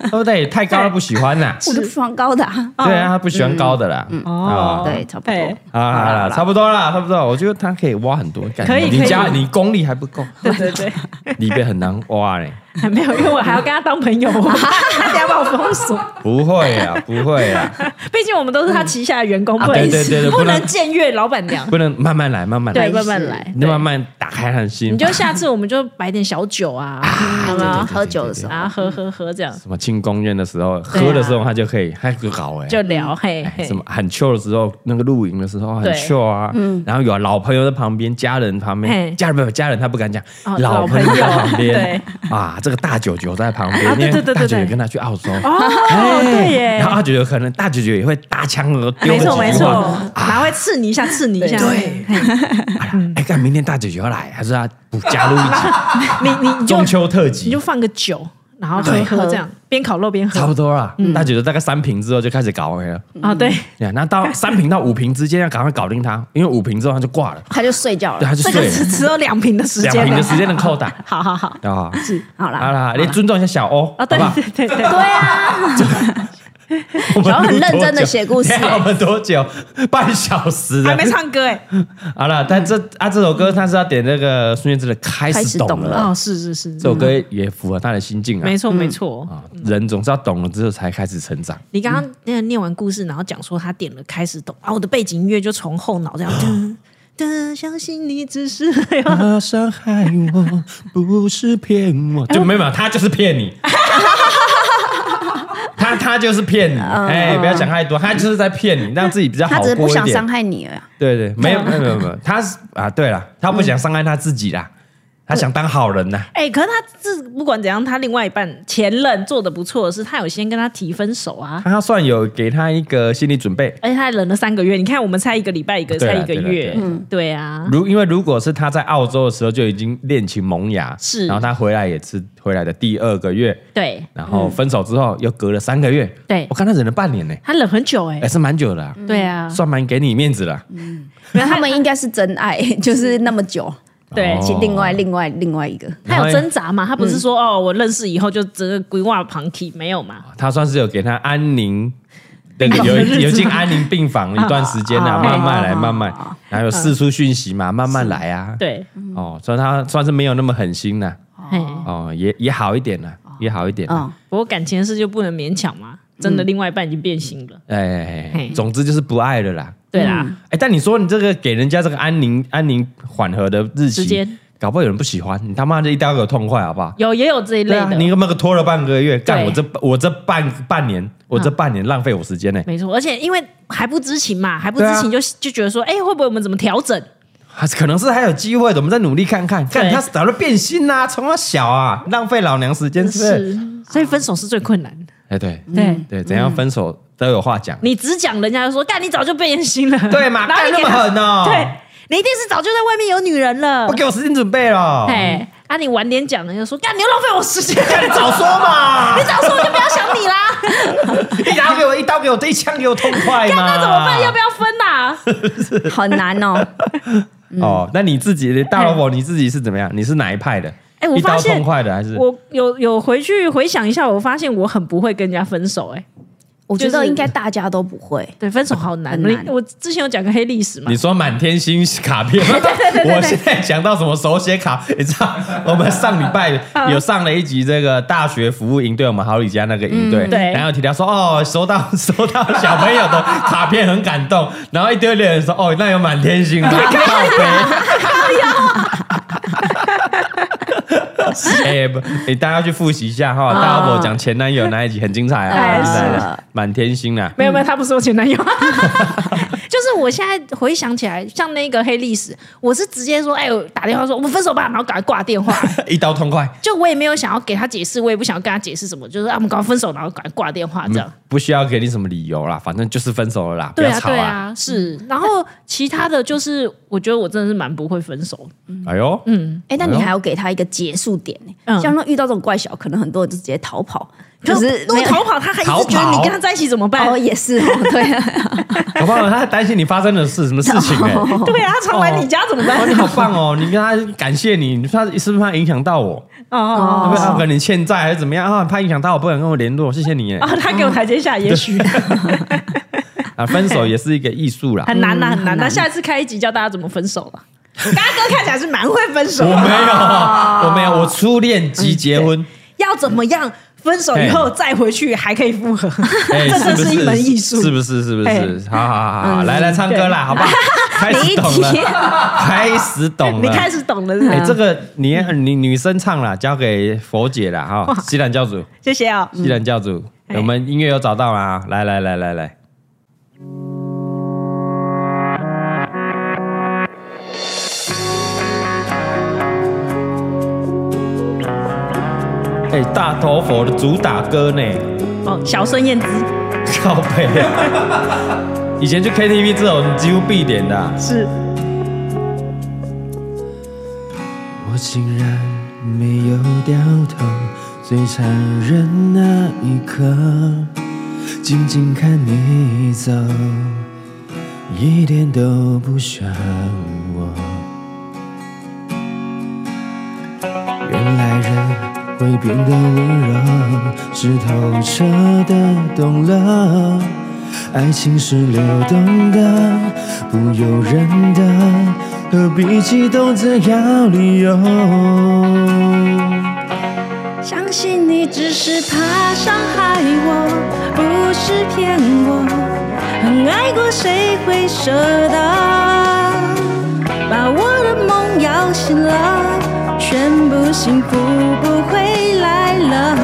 Speaker 2: 对不对？太高了不喜欢呐。
Speaker 3: 我就不喜欢高的、啊。
Speaker 2: 对啊，他不喜欢高的啦。
Speaker 4: 哦
Speaker 2: 啊，
Speaker 3: 对，差不多
Speaker 4: 对。
Speaker 2: 好啦好啦，差不多啦，差不多啦。我觉得他可以挖很多，感觉
Speaker 4: 可以可以
Speaker 2: 你家你功力还不够，
Speaker 4: 对对对，
Speaker 2: 里边很难挖 嘞。
Speaker 4: 还没有，因为我还要跟他当朋友，我怕他等下把我封锁。
Speaker 2: 不会啊，不会啊，
Speaker 4: 毕竟我们都是他旗下的员工，
Speaker 2: 啊
Speaker 4: 不能
Speaker 2: 对对对对
Speaker 4: 不
Speaker 2: 不能
Speaker 4: 能僭越老板娘。
Speaker 2: 不能慢慢来，慢慢
Speaker 4: 对，
Speaker 2: 来，
Speaker 4: 慢慢来。
Speaker 2: 你慢慢打开他的心
Speaker 4: 你。就下次我们就摆点小酒啊，好吗？
Speaker 3: 喝酒的时候，
Speaker 4: 然后喝喝喝这样
Speaker 2: 什么进公园的时候，
Speaker 4: 啊
Speaker 2: 喝的时候他就可以，他就搞哎，
Speaker 4: 就聊，嘿
Speaker 2: 哎
Speaker 4: 嘿
Speaker 2: 什。么很 chill 的时候，那个露营的时候很
Speaker 4: 对嗯
Speaker 2: chill 啊，然后有老朋友在旁边，家人旁
Speaker 4: 嘿
Speaker 2: 边，家人没有家人他不敢讲
Speaker 4: 哦，
Speaker 2: 老朋友
Speaker 4: 老朋友
Speaker 2: 在旁边，啊，这个大舅舅在旁边
Speaker 4: 啊，对
Speaker 2: 因
Speaker 4: 对对
Speaker 2: 为
Speaker 4: 对
Speaker 2: 大舅舅
Speaker 4: 对
Speaker 2: 跟他去澳洲，
Speaker 4: 哦，对
Speaker 2: 哎然
Speaker 4: 耶
Speaker 2: 后，大舅舅可能大舅舅也会搭腔而丢啊
Speaker 4: 没
Speaker 2: 了
Speaker 4: 错没
Speaker 2: 几句
Speaker 4: 错
Speaker 2: 话，，
Speaker 4: 哪会刺你一下，刺你一下。
Speaker 2: 对
Speaker 4: 嘿，
Speaker 2: 哎，看明天大舅舅要来，还是他补加 入一集
Speaker 4: 你你你就
Speaker 2: 中秋特
Speaker 4: 你
Speaker 2: 辑
Speaker 4: 就，放个酒，然后喝
Speaker 2: 对
Speaker 4: 喝这样，边烤肉边
Speaker 2: 差不
Speaker 4: 喝。
Speaker 2: 多啦，
Speaker 4: 嗯
Speaker 2: 大舅舅大概三瓶之后就开始搞回了。
Speaker 4: 啊，对，
Speaker 2: 对啊，那 到三瓶到五瓶之间要赶快搞定他，因为五瓶之后他就挂了，
Speaker 3: 他就睡觉
Speaker 2: 对，
Speaker 3: 了
Speaker 2: 他。就
Speaker 4: 这
Speaker 2: 睡
Speaker 4: 个
Speaker 2: 了
Speaker 4: 是，只有两瓶的时
Speaker 2: 两
Speaker 4: 间
Speaker 2: 瓶
Speaker 4: 了
Speaker 2: 的。时间能扣 打
Speaker 4: 好好好，
Speaker 2: 啊。
Speaker 3: 好啦，
Speaker 2: 好啦，你尊重一下小欧，
Speaker 4: 啊，
Speaker 2: 好
Speaker 4: 对
Speaker 2: 不 好？
Speaker 4: 对对对，
Speaker 3: 对啊，
Speaker 2: 我们
Speaker 3: 小欧很
Speaker 2: 录多
Speaker 3: 认真地
Speaker 2: 久
Speaker 3: 写故事
Speaker 2: 等一下
Speaker 3: 欸
Speaker 2: 我们多久？ 半小时
Speaker 4: 还
Speaker 2: 了
Speaker 4: 没。唱 歌哎。
Speaker 2: 好了，但这啊这首歌他是要点那个孙燕姿的《开
Speaker 3: 开
Speaker 2: 始
Speaker 3: 始
Speaker 2: 懂
Speaker 3: 懂
Speaker 2: 了》，
Speaker 3: 了
Speaker 4: 哦，是是是，
Speaker 2: 这首歌
Speaker 3: 嗯
Speaker 2: 也符合他的心境啊
Speaker 4: 没。错没错。
Speaker 2: 啊，人总是要懂了之后才开始成长。
Speaker 4: 你刚刚那个念完故事，然后讲说他点了开始懂啊，我的背景音乐就从后脑这
Speaker 2: 啊
Speaker 4: 样噔噔，相信你只是 哎呦
Speaker 2: 他伤害我，不是骗我，就没有没有，他就是骗你。 他他就是骗你，哎，不要想太多，他就是在骗你，让自己比较
Speaker 3: 嗯他
Speaker 2: 好
Speaker 3: 只是不
Speaker 2: 过一
Speaker 3: 想伤
Speaker 2: 点。
Speaker 3: 害你而已啊。
Speaker 2: 对对，没有没有没有没有，他是啊，对了，他不想伤害他自己啦，他想当好人呐。
Speaker 4: 哎、可是他这不管怎样，他另外一半前任做的不错的是，他有先跟他提分手啊，
Speaker 2: 他算有给他一个心理准备。
Speaker 4: 而且他还忍了三个月。你看，我们才一个礼拜，一个
Speaker 2: 对
Speaker 4: 才
Speaker 2: 啊
Speaker 4: 一个
Speaker 2: 对啊
Speaker 4: 月，
Speaker 2: 对啊
Speaker 4: 对啊，
Speaker 2: 如因为如果是他在澳洲的时候就已经恋情萌芽，
Speaker 4: 是
Speaker 2: 然后他回来也是回来的第二个月，
Speaker 4: 对
Speaker 2: 然后分手之后又隔了三个月，
Speaker 4: 嗯对
Speaker 2: 我看他忍了半年呢，
Speaker 4: 他忍很久哎、
Speaker 2: 还是蛮久的啊。
Speaker 4: 对啊，嗯
Speaker 2: 算蛮给你面子了。
Speaker 3: 然后他们应该是真 爱，就是那么久。
Speaker 4: 对。
Speaker 2: 哦
Speaker 3: 其另外另外另外一个，
Speaker 4: 他有挣扎嘛？他
Speaker 2: 嗯
Speaker 4: 不是说、哦，我认识以后就整个规划旁体没有嘛？
Speaker 2: 他算是有给他安宁 的有有进安宁病房一段时间啦，
Speaker 4: 哦
Speaker 2: 慢慢来，慢
Speaker 3: 哦
Speaker 2: 慢，然后有四处讯息
Speaker 4: 嗯
Speaker 2: 嘛，慢慢来啊。
Speaker 4: 对，
Speaker 2: 哦，所以他算是没有那么狠心啦，
Speaker 4: 嘿，
Speaker 2: 哦，也也好一点啦，
Speaker 4: 哦
Speaker 2: 也好一点啦。
Speaker 3: 嗯，
Speaker 4: 不过感情的事就不能勉强嘛。真
Speaker 2: 嗯
Speaker 4: 的，另外一半已经变心了。
Speaker 2: 哎哎，哎
Speaker 4: 嘿
Speaker 2: 总之就是不爱了啦。
Speaker 4: 对啦，
Speaker 2: 哎，但你说你这个给人家这个安宁安宁缓和的日
Speaker 4: 时
Speaker 2: 期
Speaker 4: 间，
Speaker 2: 搞不好有人不喜欢，你他妈的一刀给我痛快好不好？
Speaker 4: 有也有这一类
Speaker 2: 对
Speaker 4: 的，
Speaker 2: 啊，你他妈个拖了半个月，干
Speaker 4: 对
Speaker 2: 我这我这半半年，我这半年浪费我时间呢。
Speaker 4: 没错。而且因为还不知情
Speaker 2: 啊
Speaker 4: 嘛，还不知情就、就觉得说，哎、会不会我们怎么调整？
Speaker 2: 还是可能是还有机会的，我们再努力看看。看
Speaker 4: 对
Speaker 2: 他早就变心啦、从他小啊，浪费老娘时间是不是？
Speaker 4: 是，所以分手是最困难的。
Speaker 2: 哎，对
Speaker 4: 对，嗯
Speaker 2: 对，怎样分手都有话讲，
Speaker 4: 你只讲人家就说，干你早就变心了，
Speaker 2: 对 嘛？
Speaker 4: 然后
Speaker 2: 干
Speaker 4: 你
Speaker 2: 那
Speaker 4: 给
Speaker 2: 么
Speaker 4: 他，
Speaker 2: 狠哦、
Speaker 4: 啊对，你一定是早就在外面有女人了
Speaker 2: 不。给我时间准备了，
Speaker 4: 哎，啊，你晚点讲，人家说，干你又浪费我时 间，
Speaker 2: 干你早说嘛
Speaker 4: 你！早说我就不要想你啦。
Speaker 2: 一刀给我，一刀给我，这一枪给我痛快嘛！
Speaker 4: 那怎么办？要不要分啊呐？
Speaker 3: 很 难哦。
Speaker 2: 哦，那你自己大萝卜，你自己是怎么样？你是哪一派的？
Speaker 4: 哎我
Speaker 2: 一刀
Speaker 4: 发现
Speaker 2: 痛快的还是？
Speaker 4: 我有有回去回想一下，我发现我很不会跟人家分手，哎，
Speaker 3: 我觉
Speaker 4: 就
Speaker 3: 得
Speaker 4: 是
Speaker 3: 应该大家都不会。
Speaker 4: 对，分手好难。
Speaker 3: 很难
Speaker 4: 我我之前有讲个黑历史嘛
Speaker 2: 你，说满天星卡片， 我现在想到什么手写卡？ 你知道，我们上礼拜有上了一集这个大学服务营队，我们好礼家那个营队，
Speaker 4: 对
Speaker 2: 然后提到说哦，收到 收到小朋友的卡片很感动，然后一堆人说哦，那有满天星吗？靠北 哎、不，哎大家要去复习一下哈。大老婆讲前男友那一集很精彩啊，
Speaker 4: 哎
Speaker 2: 很精彩
Speaker 3: 是
Speaker 2: 的，满天星啊。
Speaker 4: 没有没有，他不是我 前男友，就是我现在回想起来，像那个黑历史，我是直接说，哎、我打电话说我们分手吧，然后赶快挂 电话，
Speaker 2: 一刀痛快，
Speaker 4: 就我也没有想要给他解释，我也不想跟他解释什么，就是啊，我们赶快分手，然后赶快挂电话这样。
Speaker 2: 不需要给你什么理由啦，反正就是分手了嗯啦，不
Speaker 4: 对
Speaker 2: 要
Speaker 4: 啊，
Speaker 2: 吵
Speaker 4: 对。啊，是。
Speaker 3: 嗯
Speaker 4: 然后其他的就是，我觉得我真的是蛮不会分手。
Speaker 2: 哎呦，
Speaker 4: 嗯，
Speaker 3: 哎、但你还要给他一个结束点呢、
Speaker 4: 嗯
Speaker 3: 像说遇到这种怪小，可能很多人就直接逃跑，可是
Speaker 4: 如
Speaker 3: 没
Speaker 4: 果
Speaker 3: 有
Speaker 4: 逃跑，他还一直觉得你跟他在一起怎么办？
Speaker 3: 哦，也是哦，对啊，
Speaker 2: 搞不好他还担心你发生的事什么事情哎、
Speaker 4: 对啊，他常来你家怎么办？
Speaker 2: 哦，你好棒哦！你跟他感谢你，你说他是不是怕影响到我？
Speaker 4: 哦
Speaker 2: 要不然可能你欠债还是怎么样啊？怕影响到我，不敢跟我联络，谢谢你哎
Speaker 4: 哦，。他给我台阶下，也 许
Speaker 2: 啊，分手也是一个艺术 啦。
Speaker 4: 很难呐，很难。那下一次开一集教大家怎么分手了。嘎哥看起来是蛮会分手
Speaker 2: 我
Speaker 4: 的，
Speaker 2: 没
Speaker 4: 哦
Speaker 2: 有，我没有，我初恋即结
Speaker 4: 嗯
Speaker 2: 婚，
Speaker 4: 要怎么样分手以后再回去还可以复合？
Speaker 2: 哎，
Speaker 4: 这真
Speaker 2: 不
Speaker 4: 是一门艺术
Speaker 2: 是不是？是不是？
Speaker 4: 哎
Speaker 2: 好好好好，来来唱歌啦， 好不好？开始懂了
Speaker 3: 离题，
Speaker 2: 开始懂了，
Speaker 4: 你开始懂了是 不
Speaker 2: 哎，
Speaker 4: 是，
Speaker 2: 这个你你女生唱啦，交给佛姐啦哈，西兰教主，
Speaker 4: 谢谢哦。
Speaker 2: 西兰教主，
Speaker 4: 哎
Speaker 2: 我们音乐有找到吗？来来来来来，哎，大头佛的主打歌呢？
Speaker 4: 哦，小孙燕姿
Speaker 2: 靠背啊！以前去 KTV 这种几乎必点的啊、
Speaker 4: 是
Speaker 1: 我竟然没有掉头，最残忍那一刻，静静看你走，一点都不像我。原来人会变得温柔，是透彻的懂了，爱情是流动的，不由人的，何必激动着要理由？
Speaker 5: 相信你只是怕伤害我，不是骗我。很爱过谁会舍得？把我的梦摇醒了，全部幸福不回来了。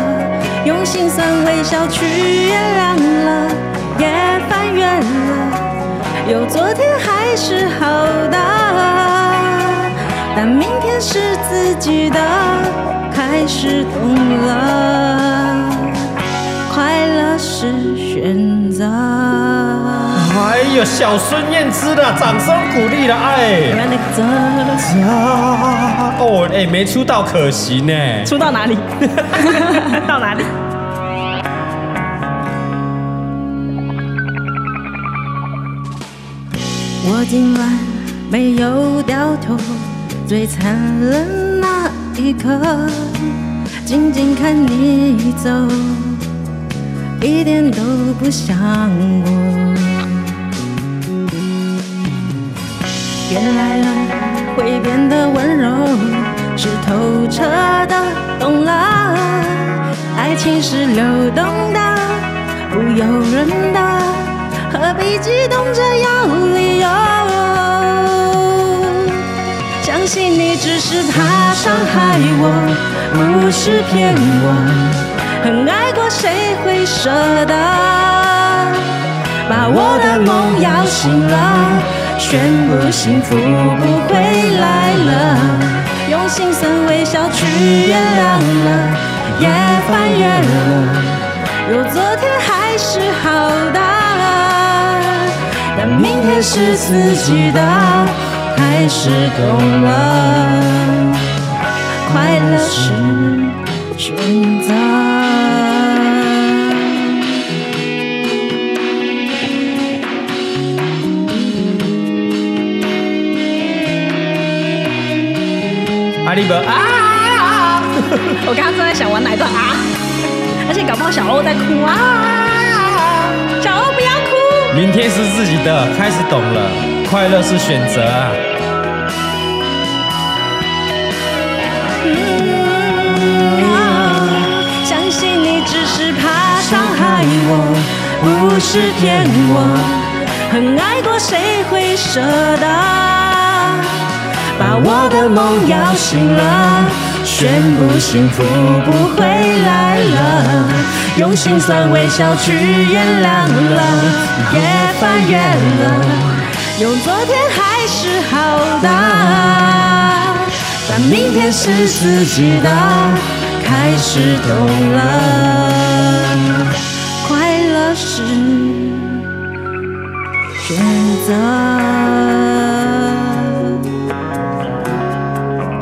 Speaker 5: 用心酸微笑去原谅了，也翻越了，有昨天还是好的。但明天是自己的，开始懂了，快乐是选择。
Speaker 2: 哎呦，小孙燕姿的，掌声鼓励了，哎，啊哦，哎，没出道可惜呢。
Speaker 4: 出到哪里？到哪里？
Speaker 5: 我今晚没有掉头，最残忍那一刻，静静看你走，一点都不像我。原来人会变得温柔，是透彻的懂了。爱情是流动的，不由人的，何必激动着要理由？相信你只是怕伤害我，不是骗我。很爱过谁会舍得？把我的梦摇醒了，宣布幸福不回来了，用心酸微笑去原谅了，也翻越了，有昨天还是好的，但明天是自己的，还是懂了，快乐是选择。
Speaker 2: 阿里伯啊，
Speaker 4: 我刚刚正在想玩哪一段啊，而且搞不好小欧在哭啊，小欧不要哭。
Speaker 2: 明天是自己的，开始懂了，快乐是选择啊。
Speaker 5: 啊相信你只是怕伤害我，不是骗我。很爱过谁会舍得？把我的梦摇醒了，宣布幸福不回来了，用心酸微笑去原谅了，也翻越了，用昨天还是好的，但明天是自己的，开始懂了，快乐是。选择。
Speaker 2: 啊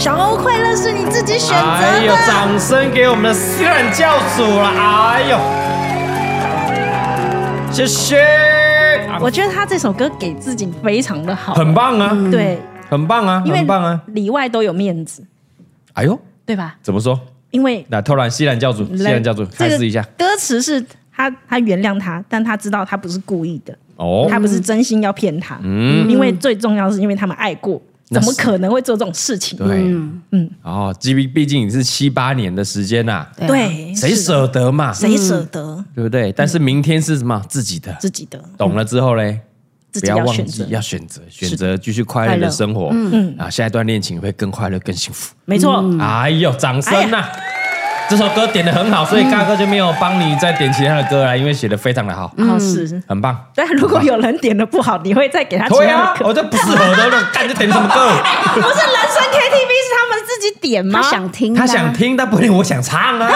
Speaker 4: 小欧哦快乐是你自己选
Speaker 2: 哎呦，掌声给我们的私人教主了！哎呦，谢谢，啊
Speaker 4: 我觉得他这首歌给自己非常的好，
Speaker 2: 很棒啊，
Speaker 4: 对，
Speaker 2: 很棒啊，
Speaker 4: 因为
Speaker 2: 很棒啊！
Speaker 4: 里外都有面子，
Speaker 2: 哎呦，
Speaker 4: 对吧？
Speaker 2: 怎么说？
Speaker 4: 因为
Speaker 2: 那偷懒西兰教主，西兰教主开始一下
Speaker 4: 这个歌词是他他原谅他，但他知道他不是故意的，
Speaker 2: 哦
Speaker 4: 他。不是真心要骗他，
Speaker 2: 嗯
Speaker 4: 因为最重要是因为他们爱过，
Speaker 2: 那
Speaker 4: 怎
Speaker 2: 是
Speaker 4: 么可能会做这种事情？
Speaker 2: 对，嗯，哦，毕毕竟是七八年的时间呐，
Speaker 3: 对啊
Speaker 4: 对，
Speaker 2: 谁
Speaker 4: 是的
Speaker 2: 舍嗯得嘛，
Speaker 4: 谁舍得
Speaker 2: 对不对？但是明天是什么？自己的，
Speaker 4: 自己的，
Speaker 2: 懂了之后嘞，
Speaker 4: 自
Speaker 2: 不嗯
Speaker 4: 己
Speaker 2: 要
Speaker 4: 要
Speaker 2: 忘
Speaker 4: 选
Speaker 2: 记
Speaker 4: 择，
Speaker 2: 要选择，选择继续快乐的生活，嗯，啊，下一段恋情会更快乐、更幸福。
Speaker 4: 没错，
Speaker 2: 哎呦，掌声呐！这首歌点的很好，所以嘎哥就没有帮你再点其他的歌啦，因为写的非常的好，
Speaker 4: 好是。
Speaker 2: 很棒。
Speaker 4: 但如果有人点的不好，你会再给他其
Speaker 2: 对
Speaker 4: 他
Speaker 2: 啊
Speaker 4: 的，
Speaker 2: 我
Speaker 4: 歌？
Speaker 2: 这不适合的，那干就点什么歌？
Speaker 4: 不是人生 KTV 是他们自己点吗
Speaker 3: 他？想听的
Speaker 2: 他
Speaker 3: 啊，
Speaker 2: 想听，但不一定我想唱 啊。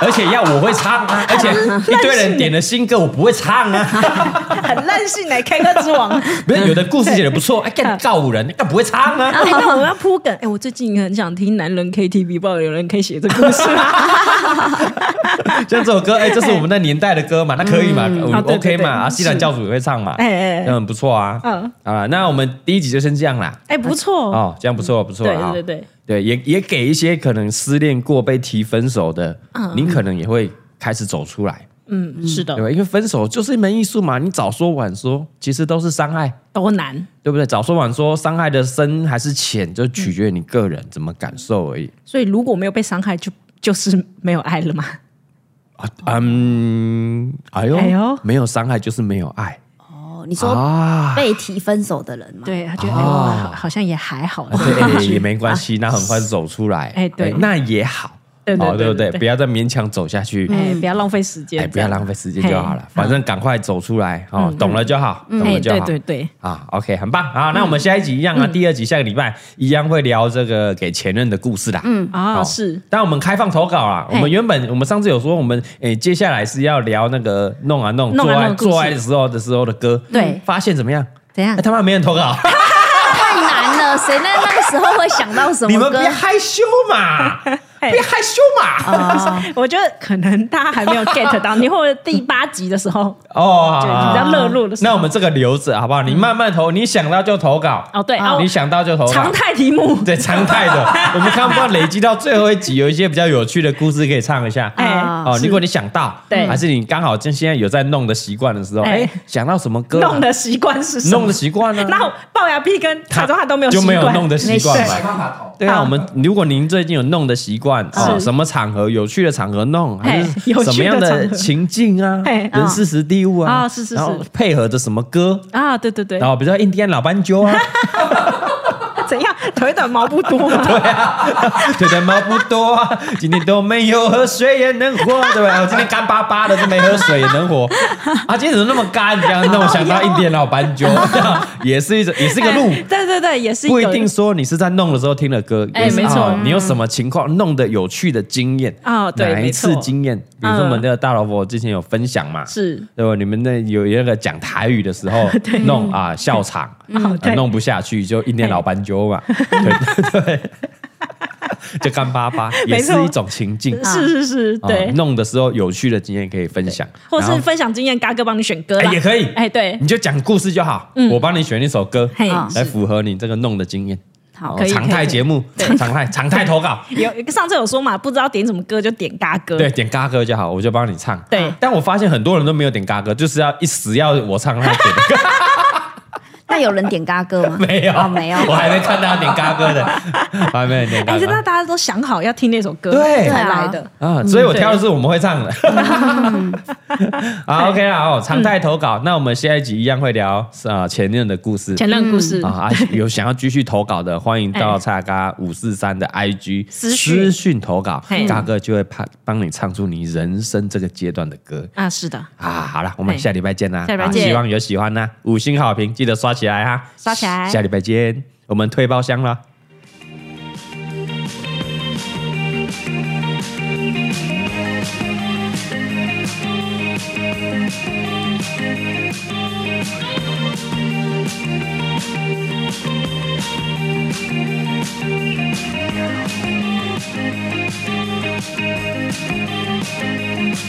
Speaker 2: 而且要我会唱啊， 而且一堆人点了新歌，我不会唱啊。
Speaker 4: 很任性哎、k 歌之 王。
Speaker 2: 不是有的故事写的不错，哎，干告五人，干不会唱啊。
Speaker 4: 哎，那我要铺梗。哎、我最近很想听男人 KTV，不知道有人可以写这故事吗？
Speaker 2: 像这首歌，哎，这是我们那年代的歌嘛，那可以嘛，我们
Speaker 4: 啊对
Speaker 2: OK
Speaker 4: 对
Speaker 2: 嘛，
Speaker 4: 对
Speaker 2: 啊，西兰教主也会唱嘛，
Speaker 4: 哎哎哎
Speaker 2: 那很不错啊。
Speaker 4: 嗯
Speaker 2: 啊，那我们第一集就先这样啦。
Speaker 4: 哎、不错，
Speaker 2: 哦，这样不错，不错
Speaker 4: 对
Speaker 2: 啊。
Speaker 4: 对对对
Speaker 2: 对也也给一些可能失恋过被提分手的，您可能也会开始走出来，
Speaker 4: 嗯，是的
Speaker 2: 对，吧？因为分手就是一门艺术嘛，你早说晚说，其实都是伤害，
Speaker 4: 多难。
Speaker 2: 对不对？早说晚说，伤害的深还是浅，就取决于你个人怎么感受而已。
Speaker 4: 所以如果没有被伤害，就就是没有爱了嘛。
Speaker 2: 啊，嗯，哎呦，
Speaker 4: 哎呦
Speaker 2: 没有伤害就是没有爱
Speaker 3: 哦，你说
Speaker 2: 啊。
Speaker 3: 被提分手的人嘛，
Speaker 4: 对，他觉得、
Speaker 2: 哦
Speaker 4: 哎呦好好像也还好。
Speaker 2: 对，也没关系，那很快就走出来，
Speaker 4: 哎对
Speaker 2: 那也好，
Speaker 4: 对对
Speaker 2: 哦对不
Speaker 4: 对
Speaker 2: 对？
Speaker 4: 对
Speaker 2: 不要再勉强走下去，
Speaker 4: 哎、不要浪费时间，
Speaker 2: 哎，不要浪费时间就好了
Speaker 4: 嘿，嗯
Speaker 2: 反正赶快走出来哦，懂了就好，懂
Speaker 4: 哎，
Speaker 2: 了就
Speaker 4: 对
Speaker 2: 好。
Speaker 4: 对嗯对，
Speaker 2: 啊，OK，很棒啊！那我们下一集一样啊，第二集下个礼拜一样会聊这个给前任的故事啦。嗯
Speaker 4: 啊、是，
Speaker 2: 但我们开放投稿啊啦。我
Speaker 4: 嘿
Speaker 2: 们原本我们上次有说，我们诶接下来是要聊那个弄啊弄
Speaker 4: 弄
Speaker 2: 做
Speaker 4: 啊
Speaker 2: 爱
Speaker 4: 弄的故事
Speaker 2: 做爱的时候的时候的歌。
Speaker 3: 对
Speaker 2: 发现怎么样？
Speaker 4: 怎样
Speaker 2: 哎他妈没人投稿，
Speaker 3: 太难了，谁在那个时候会想到什
Speaker 2: 你
Speaker 3: 么
Speaker 2: 们
Speaker 3: 歌？
Speaker 2: 别害羞嘛，
Speaker 4: 嘿
Speaker 2: 别害羞嘛。
Speaker 3: 啊，
Speaker 4: 我觉得可能大家还 没有 get 到，你会不会第八集的时候，
Speaker 2: 哦，
Speaker 4: 就
Speaker 2: 好
Speaker 4: 比较热络的时候
Speaker 2: 那我们这个留着好不好？你慢慢投，你想到就投稿。
Speaker 4: 哦对
Speaker 2: 啊
Speaker 4: 哦
Speaker 2: 你想到就投稿。
Speaker 4: 常态题目，
Speaker 2: 对常态 的，我们看不到累积到最后一集，有一些比较有趣的故事可以唱一下。
Speaker 4: 哎、
Speaker 3: 啊
Speaker 2: 哦，如果你想到，
Speaker 4: 对
Speaker 2: 还是你刚好就现在有在弄的习惯的时候，
Speaker 4: 哎
Speaker 2: 哎，想到什么歌啊，
Speaker 4: 弄的习惯是什么？
Speaker 2: 弄的习 惯呢？
Speaker 4: 然后龅牙 P 跟
Speaker 2: 他
Speaker 4: 蔡中汉都没有习
Speaker 2: 就
Speaker 4: 惯，
Speaker 2: 没有弄的习惯
Speaker 3: 没
Speaker 2: 嘛。对啊，
Speaker 4: 好
Speaker 2: 我们如果您最近有弄的习惯哦，
Speaker 4: 是
Speaker 2: 什么场合有趣的场合弄，还
Speaker 4: 嘿有
Speaker 2: 是
Speaker 4: 趣的
Speaker 2: 什么样
Speaker 4: 场合
Speaker 2: 情境啊，
Speaker 4: 嘿
Speaker 2: 人事时地物啊，
Speaker 4: 哦是是是
Speaker 2: 然后配合着什么歌，
Speaker 4: 啊，对对对，
Speaker 2: 然后比如说印第安老斑鸠 啊，
Speaker 4: 怎样腿短毛不多 吗？
Speaker 2: 腿的毛不多啊，今天都没有喝水也能活，对吧？我今天干巴巴的，都没喝水也能 活啊！今天怎么那么干？这样让我
Speaker 4: 哦啊
Speaker 2: 想到一点老斑鸠，这样也是一种，也是个路。
Speaker 4: 对对对，也是
Speaker 2: 不一
Speaker 4: 有
Speaker 2: 定说你是在弄的时候听的歌，
Speaker 4: 哎
Speaker 2: 也是
Speaker 4: 没错
Speaker 2: 啊你有什么情况弄的有趣的经验
Speaker 4: 哦对
Speaker 2: 哪一次
Speaker 4: 没错嗯
Speaker 2: 经验？比如说我们那个大老婆之前有分享嘛，
Speaker 4: 是
Speaker 2: 对吧？你们那有有那个讲台语的时 候弄啊笑场，
Speaker 4: 哦
Speaker 2: 啊
Speaker 4: 对哎
Speaker 2: 弄不下去就一年老斑鸠嘛，对对， 就干巴巴也
Speaker 4: 没
Speaker 2: 是
Speaker 4: 错
Speaker 2: 一种情境。
Speaker 4: 是是是，
Speaker 2: 啊
Speaker 4: 对，
Speaker 2: 弄的时候有趣的经验可以分享，
Speaker 4: 或
Speaker 2: 然
Speaker 4: 是
Speaker 2: 后
Speaker 4: 分享经验，嘎哥帮你选歌啦
Speaker 2: 哎也可以，
Speaker 4: 哎对
Speaker 2: 你就讲故事就好，我帮你选一首歌
Speaker 4: 嘿
Speaker 2: 来符合你这个弄的经验。
Speaker 3: 好
Speaker 2: 哦
Speaker 4: 可以
Speaker 2: 常
Speaker 4: 可
Speaker 2: 态
Speaker 4: 以
Speaker 2: 节目，常态常态投稿，
Speaker 4: 有上次有说嘛，不知道点什么歌就点嘎哥，
Speaker 2: 对，点嘎歌就好，我就帮你唱。
Speaker 4: 对
Speaker 2: 但我发现很多人都没有点嘎歌，就是要一死要我唱他点的歌。
Speaker 3: 那有人点嘎哥吗？
Speaker 2: 没有，
Speaker 3: 哦没有。
Speaker 2: 我还没看到点嘎哥的，我还没有点
Speaker 5: 哎，
Speaker 2: 嘎
Speaker 5: 这大
Speaker 2: 哥
Speaker 5: 大家都想好要听那首歌
Speaker 2: 对
Speaker 5: 才来的。
Speaker 2: 啊，所以我挑的是我们会唱的。 好，OK 啦，哦，常态投稿，那我们下一集一样会聊啊前任的故事。
Speaker 5: 前任故事
Speaker 2: 啊啊！有想要继续投稿的，欢迎到
Speaker 5: 哎
Speaker 2: 蔡嘎五四三的 IG
Speaker 5: 私讯
Speaker 2: 讯投稿
Speaker 5: 嘿，
Speaker 2: 嘎哥就会帮帮你唱出你人生这个阶段的歌
Speaker 5: 啊，是的，
Speaker 2: 啊！好了，我们
Speaker 5: 嘿
Speaker 2: 下礼拜见啦！
Speaker 5: 下礼拜
Speaker 2: 啊
Speaker 5: 见
Speaker 2: 希望有喜欢啦，五星好评记得刷起来哈！
Speaker 5: 刷起来
Speaker 2: 下礼拜见，我们退包厢了。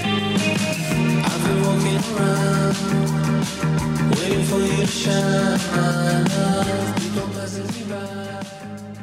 Speaker 6: I've been walking around, waiting for you to shine. You don't pass me by.